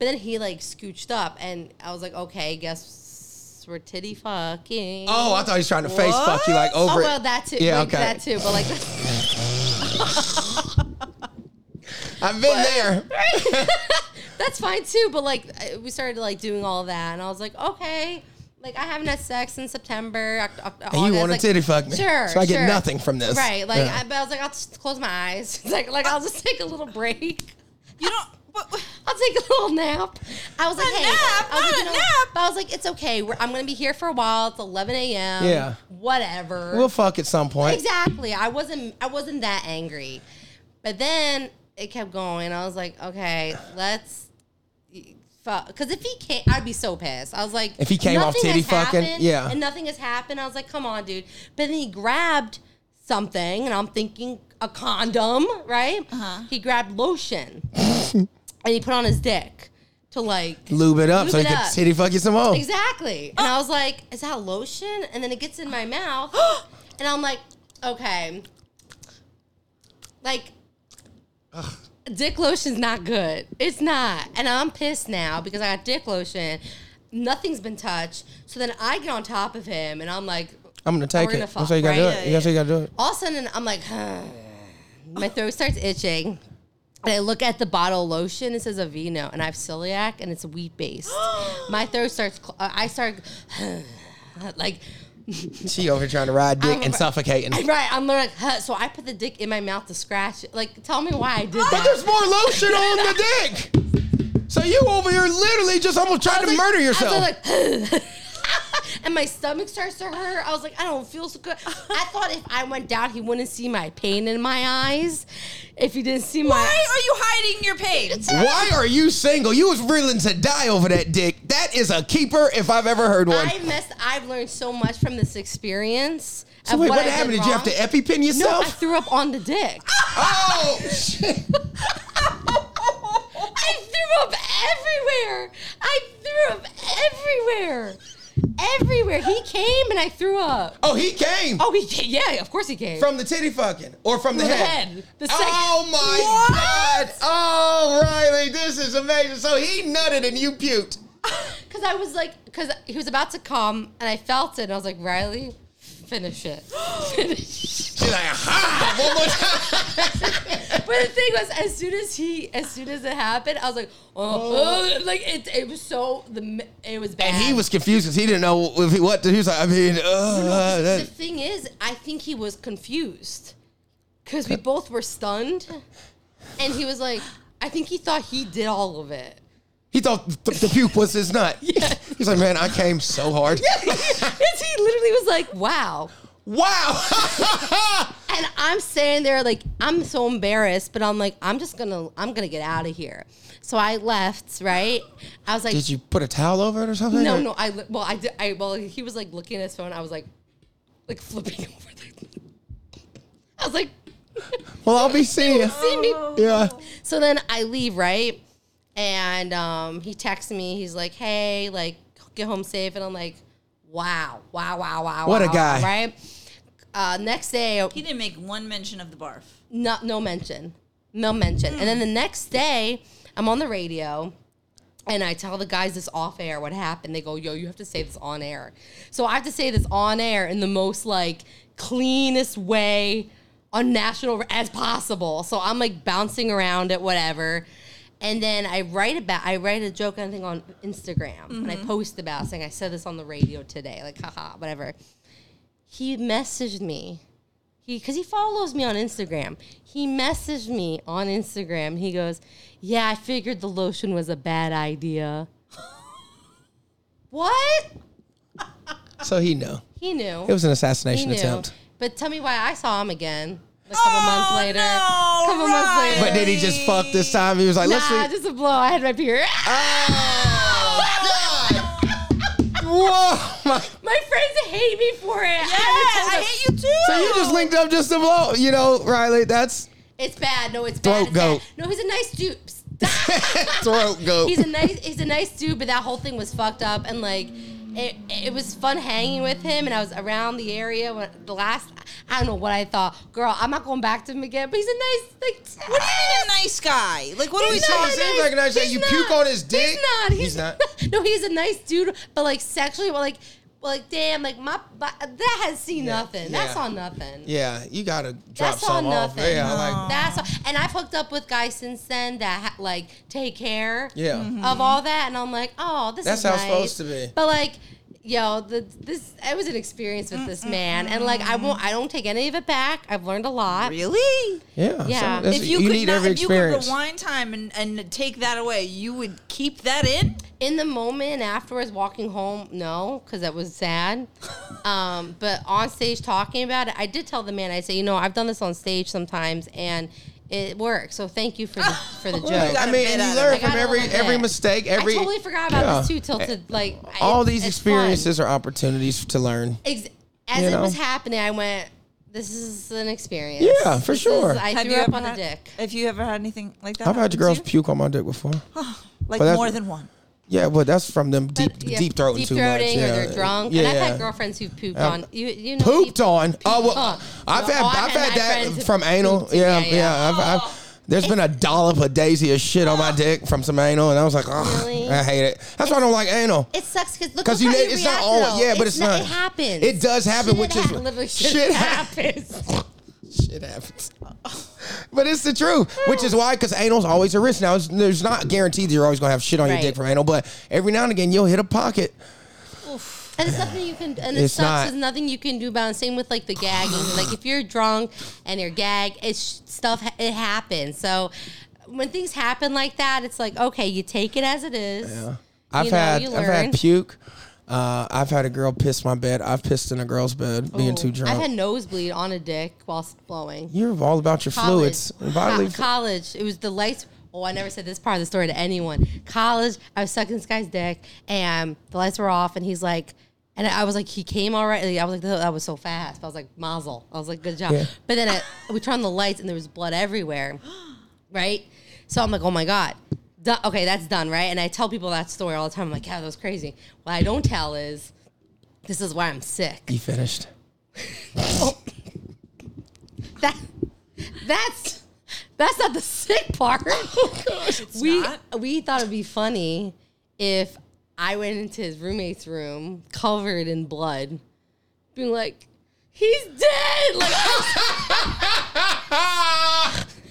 Speaker 5: then he like scooched up, and I was like, okay, guess we're titty fucking.
Speaker 3: Oh, I thought he was trying to face fuck you like over
Speaker 5: Oh
Speaker 3: it.
Speaker 5: well, that too.
Speaker 3: Yeah,
Speaker 5: like,
Speaker 3: okay.
Speaker 5: That too, but like.
Speaker 3: I've been there.
Speaker 5: That's fine too, but like I- we started like doing all that, and I was like, okay, like I haven't had sex in September. Oc- Oc-
Speaker 3: And you
Speaker 5: August,
Speaker 3: want to
Speaker 5: like,
Speaker 3: titty fuck me.
Speaker 5: Sure.
Speaker 3: So I get
Speaker 5: sure.
Speaker 3: nothing from this.
Speaker 5: Right. Like,
Speaker 3: Yeah.
Speaker 5: I, but I was like, I'll just close my eyes. like, like I'll just take a little break.
Speaker 4: You don't. What, what-
Speaker 5: I'll take a little nap. I was like, hey,
Speaker 4: nap?
Speaker 5: I was
Speaker 4: Not
Speaker 5: like,
Speaker 4: a nap.
Speaker 5: But I was like, it's okay. We're, I'm gonna be here for a while. It's 11 a.m.
Speaker 3: Yeah.
Speaker 5: Whatever.
Speaker 3: We'll fuck at some point.
Speaker 5: Exactly. I wasn't I wasn't that angry. But then it kept going. I was like, okay, let's fuck. Cause if he came, I'd be so pissed. I was like,
Speaker 3: If he came off
Speaker 5: nothing
Speaker 3: titty
Speaker 5: has
Speaker 3: fucking,
Speaker 5: happened,
Speaker 3: yeah.
Speaker 5: and nothing has happened. I was like, come on, dude. But then he grabbed something, and I'm thinking a condom, right? Uh-huh. He grabbed lotion, and he put on his dick to like
Speaker 3: Lube it up so he
Speaker 5: Lube it
Speaker 3: can
Speaker 5: up.
Speaker 3: titty fuck you some more.
Speaker 5: Exactly. And I was like, is that lotion? And then it gets in my mouth. and I'm like, okay. Like, dick lotion's not good. It's not. And I'm pissed now because I got dick lotion. Nothing's been touched. So then I get on top of him and I'm like,
Speaker 3: I'm gonna take
Speaker 5: We're gonna
Speaker 3: it. That's how you
Speaker 5: fuck,
Speaker 3: gotta do
Speaker 5: right?
Speaker 3: it. That's how you gotta do it.
Speaker 5: all of a sudden I'm like, huh. my throat starts itching. And I look at the bottle of lotion. It says Aveeno, and I have celiac, and it's wheat based. my throat starts. Cl- uh, I start like
Speaker 3: She over here trying to ride dick
Speaker 5: I'm-
Speaker 3: and suffocating.
Speaker 5: right. I'm literally like, huh. so I put the dick in my mouth to scratch it. Like, tell me why I did
Speaker 3: But
Speaker 5: that.
Speaker 3: there's more lotion on the dick. So you over here literally just almost
Speaker 5: I
Speaker 3: trying to
Speaker 5: was like-
Speaker 3: murder
Speaker 5: I was
Speaker 3: yourself.
Speaker 5: like, and my stomach starts to hurt. I was like, I don't feel so good. I thought if I went down, he wouldn't see my pain in my eyes. If he didn't see my
Speaker 4: why are you hiding your pain?
Speaker 5: uh,
Speaker 3: Why are you single? You was willing to die over that dick. That is a keeper if I've ever heard one.
Speaker 5: I missed. I've learned so much from this experience.
Speaker 3: so
Speaker 5: of
Speaker 3: wait, what,
Speaker 5: I
Speaker 3: happened? Did
Speaker 5: wrong.
Speaker 3: you have to EpiPen
Speaker 5: No, I
Speaker 3: yourself?
Speaker 5: threw up on the dick.
Speaker 3: oh shit.
Speaker 5: I threw up everywhere. I threw up everywhere. Everywhere. He came and I threw up.
Speaker 3: Oh, he came
Speaker 5: Oh, he came. Yeah, of course he came.
Speaker 3: from the titty fucking or from the
Speaker 5: the
Speaker 3: head.
Speaker 5: head. The second.
Speaker 3: Oh my god! Oh Riley, this is amazing. So he nutted and you puked.
Speaker 5: Because I was like, because he was about to come and I felt it and I was like, Riley, finish it.
Speaker 3: She's like, ha! One more time.
Speaker 5: But the thing was, as soon as he, as soon as it happened, I was like, oh, oh, like it, it was so the, m- it was bad.
Speaker 3: And he was confused because he didn't know if he what. He was like, I mean, uh,
Speaker 5: The
Speaker 3: that-
Speaker 5: thing is, I think he was confused because we both were stunned. And he was like, I think he thought he did all of it.
Speaker 3: He thought th- the puke was his nut. He's like, man, I came so hard.
Speaker 5: Yes, he literally was like, wow.
Speaker 3: Wow.
Speaker 5: And I'm standing there like I'm so embarrassed, but I'm like, I'm just gonna I'm gonna get out of here. So I left, right? I was like,
Speaker 3: Did you put a towel over it or something?
Speaker 5: no,
Speaker 3: Or-
Speaker 5: no, I li- well I did I well he was like looking at his phone, I was like like flipping over the I was like,
Speaker 3: Well, I'll be seeing you.
Speaker 5: see me
Speaker 3: Yeah.
Speaker 5: So then I leave, right? And um, he texts me. He's like, hey, like, get home safe. And I'm like, wow, wow, wow, wow.
Speaker 3: What a
Speaker 5: wow,
Speaker 3: guy.
Speaker 5: Right? Uh, next day,
Speaker 4: He didn't make one mention of the barf.
Speaker 5: no, no mention. No mention. And then the next day, I'm on the radio. And I tell the guys this off air what happened. They go, yo, you have to say this on air. So I have to say this on air in the most like cleanest way on national as possible. So I'm like bouncing around at whatever. And then I write about I write a joke I think on Instagram and I post about it, saying I said this on the radio today, like haha, whatever. He messaged me. He cause he follows me on Instagram. He messaged me on Instagram. He goes, Yeah, I figured the lotion was a bad idea. what?
Speaker 3: So he knew.
Speaker 5: He knew.
Speaker 3: It was an
Speaker 5: he
Speaker 3: assassination
Speaker 5: knew.
Speaker 3: attempt.
Speaker 5: But tell me why I saw him again. A couple months later.
Speaker 4: Oh, no,
Speaker 5: couple months later.
Speaker 3: But did he just fuck this time? He was like, let's
Speaker 5: Nah,
Speaker 3: see.
Speaker 5: just a blow. I had my period.
Speaker 3: Uh, Whoa. My-
Speaker 5: My friends hate me for it. Yeah,
Speaker 4: I hate you too.
Speaker 3: So you just linked up just to blow. You know, Riley, that's
Speaker 5: It's bad. No, it's
Speaker 3: Throat
Speaker 5: bad. It's
Speaker 3: goat.
Speaker 5: bad. No, he's a nice dude. Stop.
Speaker 3: throat goat.
Speaker 5: he's a nice he's a nice dude, but that whole thing was fucked up and like it, it was fun hanging with him and I was around the area when the last I don't know what I thought. Girl, I'm not going back to him again, but he's a nice like
Speaker 4: What do you mean a nice guy? Like what are we
Speaker 3: He's not
Speaker 4: talking?
Speaker 3: a seems like a nice guy.
Speaker 5: he's
Speaker 3: You puke on his dick?
Speaker 5: He's not. He's,
Speaker 3: He's not.
Speaker 5: not. no, he's a nice dude, but like sexually, well, like, well, like, damn, like my, but that has seen nothing. That's
Speaker 3: Yeah.
Speaker 5: on nothing.
Speaker 3: yeah, you gotta drop
Speaker 5: That's on
Speaker 3: some off.
Speaker 5: nothing. Um,
Speaker 3: Yeah, like,
Speaker 5: That's all, and I've hooked up with guys since then that ha- like take care
Speaker 3: yeah.
Speaker 5: of all that, and I'm like, oh, this
Speaker 3: Mm-hmm. That's
Speaker 5: is
Speaker 3: how it's
Speaker 5: nice.
Speaker 3: supposed to be.
Speaker 5: But like, yo, the this it was an experience with this man, and like, I won't, I don't take any of it back. I've learned a lot.
Speaker 4: Really?
Speaker 3: Yeah.
Speaker 5: Yeah.
Speaker 3: that's-
Speaker 4: If
Speaker 3: you
Speaker 4: you, could
Speaker 3: need
Speaker 4: not,
Speaker 3: every
Speaker 4: if you could
Speaker 3: experience.
Speaker 4: rewind time and, and take that away, you would keep that in?
Speaker 5: in the moment afterwards walking home no because that was sad um, but on stage talking about it i did tell the man i say you know i've done this on stage sometimes and it worked so thank you for the, for the
Speaker 3: Like,
Speaker 5: joke
Speaker 3: I
Speaker 4: gotta
Speaker 3: mean,
Speaker 4: bit
Speaker 3: and
Speaker 4: out
Speaker 3: you
Speaker 4: of it.
Speaker 3: learn
Speaker 5: I got
Speaker 3: from
Speaker 5: a
Speaker 3: every
Speaker 5: little
Speaker 3: every
Speaker 5: bit.
Speaker 3: mistake. Oh Every
Speaker 5: i totally forgot about
Speaker 3: yeah. Eh,
Speaker 5: this too till to like I-
Speaker 3: All
Speaker 5: it's-
Speaker 3: these
Speaker 5: it's fun.
Speaker 3: experiences are opportunities to learn.
Speaker 5: Ex- as
Speaker 3: you
Speaker 5: it
Speaker 3: know?
Speaker 5: was happening i went this is an experience
Speaker 3: Yeah, for
Speaker 5: This is-
Speaker 3: sure.
Speaker 5: i
Speaker 4: Have
Speaker 5: threw
Speaker 4: you
Speaker 5: up
Speaker 4: ever
Speaker 5: on a
Speaker 4: had-
Speaker 5: dick
Speaker 4: Have you ever had anything like that?
Speaker 3: I've had
Speaker 4: happen
Speaker 3: girls
Speaker 4: to you?
Speaker 3: puke on my dick before.
Speaker 4: like
Speaker 3: but that's-
Speaker 4: more than one.
Speaker 3: Yeah, but that's from them deep
Speaker 5: Yeah,
Speaker 3: deep throating too much.
Speaker 5: deep-throating
Speaker 3: Yeah.
Speaker 5: or they're drunk.
Speaker 3: Yeah.
Speaker 5: and I've had girlfriends who pooped
Speaker 3: I've-
Speaker 5: on you. You know,
Speaker 3: pooped
Speaker 5: people-
Speaker 3: on. Oh, well,
Speaker 5: Huh.
Speaker 3: I've
Speaker 5: No,
Speaker 3: had
Speaker 5: oh,
Speaker 3: I've,
Speaker 5: had my
Speaker 3: had
Speaker 5: friends
Speaker 3: that from
Speaker 5: who
Speaker 3: anal.
Speaker 5: pooped- Oh.
Speaker 3: Yeah, yeah. I've, I've, there's been a dollop of daisy of shit on my dick from some anal, and I was like, oh,
Speaker 5: Really?
Speaker 3: I hate it. That's why I don't like anal.
Speaker 5: It sucks because look,
Speaker 3: Because
Speaker 5: look
Speaker 3: you,
Speaker 5: how
Speaker 3: know,
Speaker 5: you
Speaker 3: it's not
Speaker 5: react,
Speaker 3: all.
Speaker 5: though.
Speaker 3: Yeah, but it's, not.
Speaker 5: It happens.
Speaker 3: It does happen,
Speaker 5: Shit
Speaker 3: which is
Speaker 5: hap- literally
Speaker 3: shit
Speaker 5: shit happens.
Speaker 3: Shit happens. but it's the truth, which is why, because anal's always a risk. Now, it's, there's not guaranteed that you're always going to have shit on your
Speaker 5: Right.
Speaker 3: dick from anal, but every now and again, you'll hit a pocket.
Speaker 5: And it's nothing you can. And it
Speaker 3: It's
Speaker 5: sucks.
Speaker 3: not-
Speaker 5: There's nothing you can do about it. Same with like the gagging. like if you're drunk and you're gagged, it's stuff. ha- It happens. So when things happen like that, it's like okay, you take it as it is.
Speaker 3: I've
Speaker 5: You know,
Speaker 3: had
Speaker 5: you
Speaker 3: I've had
Speaker 5: learn.
Speaker 3: puke. Uh, I've had a girl piss my bed. I've pissed in a girl's bed being too drunk.
Speaker 5: Oh, I've had nosebleed on a dick whilst blowing.
Speaker 3: You're all about your fluids. and bodily
Speaker 5: Co-
Speaker 3: flu-
Speaker 5: college. It was the lights. Oh, I never said this part of the story to anyone. College. I was sucking this guy's dick, and the lights were off, and he's like, and I was like, he came all right. I was like, that was so fast. I was like, mazel. I was like, good job.
Speaker 3: Yeah.
Speaker 5: But then I, we turned on the lights, and there was blood everywhere, right? So I'm like, oh my god. Done. Okay, that's done, right? And I tell people that story all the time. I'm like, yeah, that was crazy. What I don't tell is, this is why I'm sick.
Speaker 3: you finished.
Speaker 5: That that's that's not the sick part. we
Speaker 4: not.
Speaker 5: we thought it'd be funny if I went into his roommate's room covered in blood, being like, "He's dead!" Like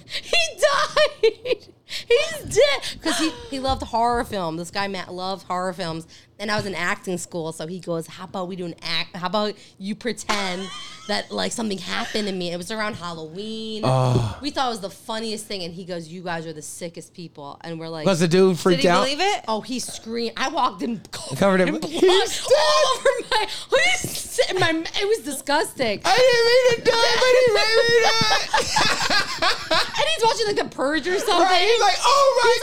Speaker 5: he died. He's dead because he he loved horror films. This guy Matt loves horror films, and I was in acting school, so he goes, "How about we do an act? How about you pretend that like something happened to me?" It was around Halloween. We thought it was the funniest thing, and he goes, "You guys are the sickest people," and we're like,
Speaker 3: Was the dude
Speaker 4: Did
Speaker 3: freaked
Speaker 4: he
Speaker 3: out?
Speaker 4: believe it?
Speaker 5: Oh, he screamed. I walked in
Speaker 3: Covered in-
Speaker 5: in blood
Speaker 3: He's dead.
Speaker 5: all over my. He's, my. It was disgusting.
Speaker 3: I didn't mean to do it, but he made me do it.
Speaker 5: And he's watching like The Purge or something.
Speaker 3: Right? He's like, oh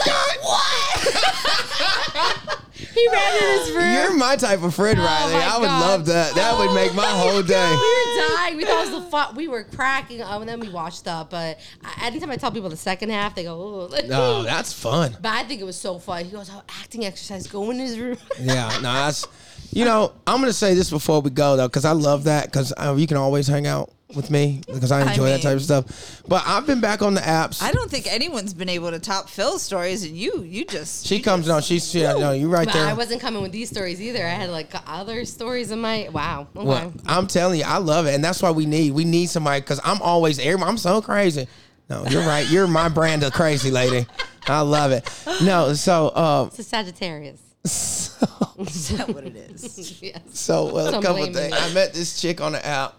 Speaker 3: my god.
Speaker 5: He ran in his room.
Speaker 3: You're my type of
Speaker 4: Oh
Speaker 3: friend, Riley.
Speaker 5: my
Speaker 3: I would
Speaker 5: God.
Speaker 3: love that. That would make my whole day.
Speaker 5: We were dying. We thought it was the fun. We were cracking up, and then we washed up. But I, anytime I tell people the second half, they go, "Ooh."
Speaker 3: No, that's fun.
Speaker 5: But I think it was so fun. He goes, "Oh, acting exercise. Go in his room."
Speaker 3: Yeah, no, that's. You know, I'm gonna say this before we go though, because I love that. Because uh, you can always hang out with me because I enjoy that
Speaker 4: mean-
Speaker 3: type of stuff. But I've been back on the apps.
Speaker 4: I don't think anyone's been able to top Phil's stories, and you, you just
Speaker 3: she comes on. She's yeah, no, you right
Speaker 5: But
Speaker 3: there.
Speaker 5: I wasn't coming with these stories either. I had like other stories in my. Wow. Okay.
Speaker 3: Well, I'm telling you, I love it, and that's why we need we need somebody because I'm always everyone. I'm so crazy. No, you're right. You're my brand of crazy lady. I love it. No, so uh,
Speaker 5: It's a Sagittarius.
Speaker 4: is that what it is?
Speaker 5: Yes.
Speaker 3: so well, a
Speaker 5: Don't
Speaker 3: couple
Speaker 5: blame
Speaker 3: of things.
Speaker 5: me.
Speaker 3: I met this chick on the app.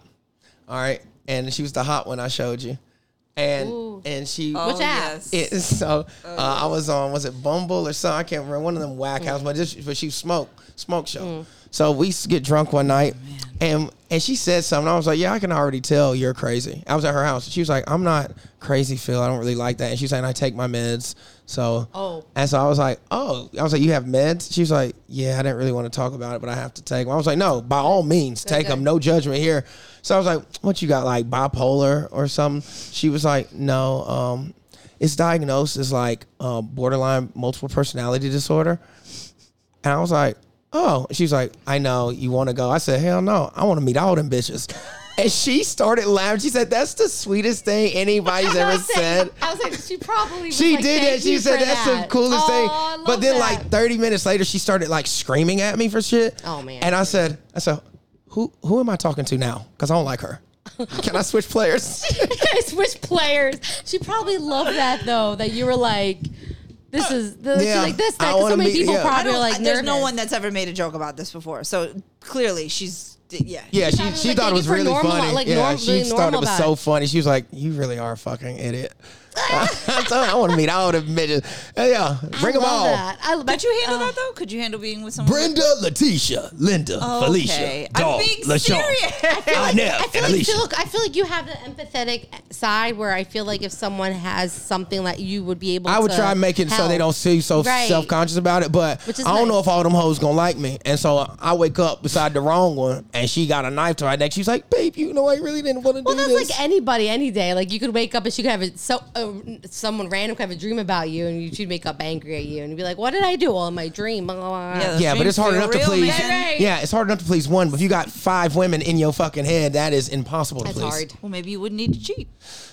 Speaker 3: All right, and she was the hot one I showed you, and
Speaker 5: Ooh.
Speaker 3: and she
Speaker 4: Oh,
Speaker 5: Which app?
Speaker 3: it so uh, I was on was it Bumble or something I can't remember one of them whack house but this but she smoke smoke show so we s- get drunk one night and and she said something I was like yeah I can already tell you're crazy I was at her house she was like I'm not crazy Phil I don't really like that and she's like I take my meds so
Speaker 5: Oh.
Speaker 3: and so I was like oh I was like you have meds she was like yeah I didn't really want to talk about it but I have to take them I was like no by all means take
Speaker 5: good.
Speaker 3: them no judgment here so I was like what you got like bipolar or something she was like no um it's diagnosed as like uh, borderline multiple personality disorder. And I was like, oh. She's like, I know you want to go. I said, hell no. I want to meet all them bitches. And she started laughing. She said, that's the sweetest thing anybody's
Speaker 5: I
Speaker 3: ever
Speaker 5: was
Speaker 3: said.
Speaker 5: like- I was like, she probably. Was
Speaker 3: She
Speaker 5: like,
Speaker 3: did
Speaker 5: "Thank
Speaker 3: that. She
Speaker 5: you
Speaker 3: said
Speaker 5: for
Speaker 3: that's the
Speaker 5: that."
Speaker 3: coolest
Speaker 5: Oh, I
Speaker 3: thing.
Speaker 5: love
Speaker 3: But then,
Speaker 5: that.
Speaker 3: like thirty minutes later, she started like screaming at me for shit.
Speaker 5: Oh, man.
Speaker 3: And I said, I said, who who am I talking to now? Because I don't like her. Can I switch players?
Speaker 5: I switch players. She probably loved that though. That you were like, this is this,
Speaker 3: Yeah.
Speaker 5: like this. That
Speaker 3: I
Speaker 5: 'cause
Speaker 3: wanna
Speaker 5: so many
Speaker 3: meet-
Speaker 5: people
Speaker 3: yeah.
Speaker 4: Uh, I
Speaker 5: probably
Speaker 4: don't.
Speaker 5: are like
Speaker 4: there's
Speaker 5: nervous.
Speaker 4: no one that's ever made a joke about this before, so clearly she's yeah.
Speaker 3: Yeah, she,
Speaker 5: probably was
Speaker 3: she
Speaker 5: like,
Speaker 3: thought
Speaker 5: thank
Speaker 3: it
Speaker 5: you
Speaker 3: was
Speaker 5: for
Speaker 3: really
Speaker 5: normal-
Speaker 3: funny.
Speaker 5: like,
Speaker 3: yeah,
Speaker 5: norm-
Speaker 3: she
Speaker 5: being
Speaker 3: thought it
Speaker 5: normal
Speaker 3: was
Speaker 5: about
Speaker 3: so
Speaker 5: it.
Speaker 3: funny. She was like, "You really are a fucking idiot." I told her, I want to meet all the bitches. Uh, Yeah, bring them
Speaker 5: I
Speaker 3: all.
Speaker 5: love that. I,
Speaker 4: Could you
Speaker 5: Uh,
Speaker 4: handle that though? Could you handle being with someone?
Speaker 3: Brenda, Letitia, Linda, Felicia,
Speaker 4: Okay. I'm
Speaker 3: Dog,
Speaker 4: being
Speaker 3: LaShawn,
Speaker 4: serious.
Speaker 3: Arnell,
Speaker 5: I feel
Speaker 3: and
Speaker 5: like
Speaker 3: Alicia.
Speaker 5: Phil, I feel like you have the empathetic side where I feel like if someone has something that you would be able,
Speaker 3: I would
Speaker 5: to
Speaker 3: try and make it so they
Speaker 5: help.
Speaker 3: don't see so
Speaker 5: Right.
Speaker 3: self conscious about it, but I
Speaker 5: Which is
Speaker 3: don't know
Speaker 5: nice.
Speaker 3: if all them hoes gonna like me. And so I wake up beside the wrong one, and she got a knife to her neck. She's like, "Babe, you know I really didn't want to
Speaker 5: Well,
Speaker 3: do
Speaker 5: that's
Speaker 3: this."
Speaker 5: like anybody, any day. Like you could wake up and she could have a, so uh, someone random could have a dream about you, and you, she'd wake up angry at you and be like, "What did I do? Well, in my dream." Blah, blah, blah.
Speaker 4: Yeah,
Speaker 3: yeah, but
Speaker 4: Dreams
Speaker 3: it's hard
Speaker 4: feel
Speaker 3: enough to
Speaker 4: real,
Speaker 3: please.
Speaker 4: man.
Speaker 5: Right.
Speaker 3: Yeah, it's hard enough to please one, but if you got five women in your fucking head, that is impossible to
Speaker 5: That's
Speaker 3: please.
Speaker 5: hard.
Speaker 4: Well, maybe you wouldn't need to cheat.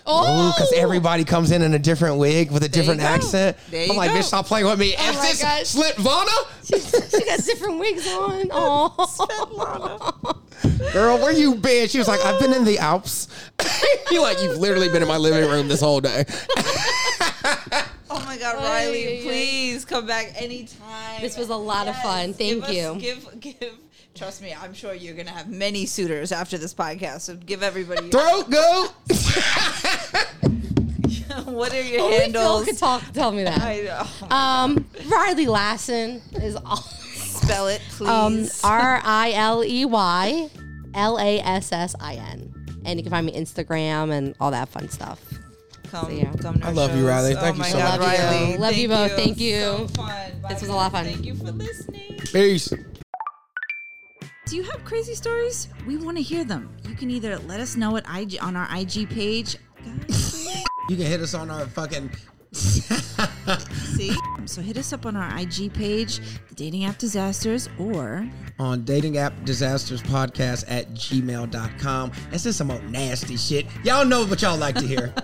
Speaker 5: Oh,
Speaker 3: because everybody comes in in a different wig with a different
Speaker 4: go.
Speaker 3: accent.
Speaker 4: There
Speaker 3: I'm
Speaker 4: you
Speaker 3: like,
Speaker 4: go.
Speaker 3: bitch, stop playing with me.
Speaker 5: Oh
Speaker 3: is
Speaker 5: my
Speaker 3: this
Speaker 5: God.
Speaker 3: Slitvana?
Speaker 5: she got different wigs on. Oh,
Speaker 3: Girl, where you been? She was like, I've been in the Alps. you like, you've literally been in my living room this whole day.
Speaker 4: Oh my God,
Speaker 5: Ay, ay,
Speaker 4: Riley!
Speaker 5: ay.
Speaker 4: Please come back anytime.
Speaker 5: This was a lot of fun.
Speaker 4: give
Speaker 5: Thank
Speaker 4: us-
Speaker 5: you.
Speaker 4: give give. Trust me, I'm sure you're gonna have many suitors after this podcast. So give everybody.
Speaker 3: Throat goat.
Speaker 4: what are your
Speaker 5: Only Phil
Speaker 4: handles? oh,
Speaker 5: could talk. Tell me
Speaker 4: I
Speaker 5: that.
Speaker 4: know.
Speaker 5: Um, Riley Lassen is all.
Speaker 4: Spell it,
Speaker 5: Um,
Speaker 4: please.
Speaker 5: R I L E Y L A S S I N. And you can find me Instagram and all that fun stuff.
Speaker 4: come,
Speaker 5: yeah.
Speaker 4: come to
Speaker 3: I
Speaker 4: our
Speaker 3: love you,
Speaker 4: shows.
Speaker 3: Riley.
Speaker 4: Oh
Speaker 3: Thank you
Speaker 4: my
Speaker 3: so
Speaker 4: God,
Speaker 5: much. Love you.
Speaker 4: Riley.
Speaker 5: Love you both. Thank you.
Speaker 4: So fun. Bye,
Speaker 5: This was a lot of
Speaker 4: guys.
Speaker 5: fun.
Speaker 4: Thank you for listening.
Speaker 3: Peace.
Speaker 4: Do you have crazy stories? We want to hear them. You can either let us know at IG on our IG page.
Speaker 3: You can hit us on our fucking.
Speaker 4: See? So hit us up on our IG page, the Dating App Disasters, or
Speaker 3: On dating app disasters podcast at gmail.com. That's just some old nasty shit. Y'all know what y'all like to hear.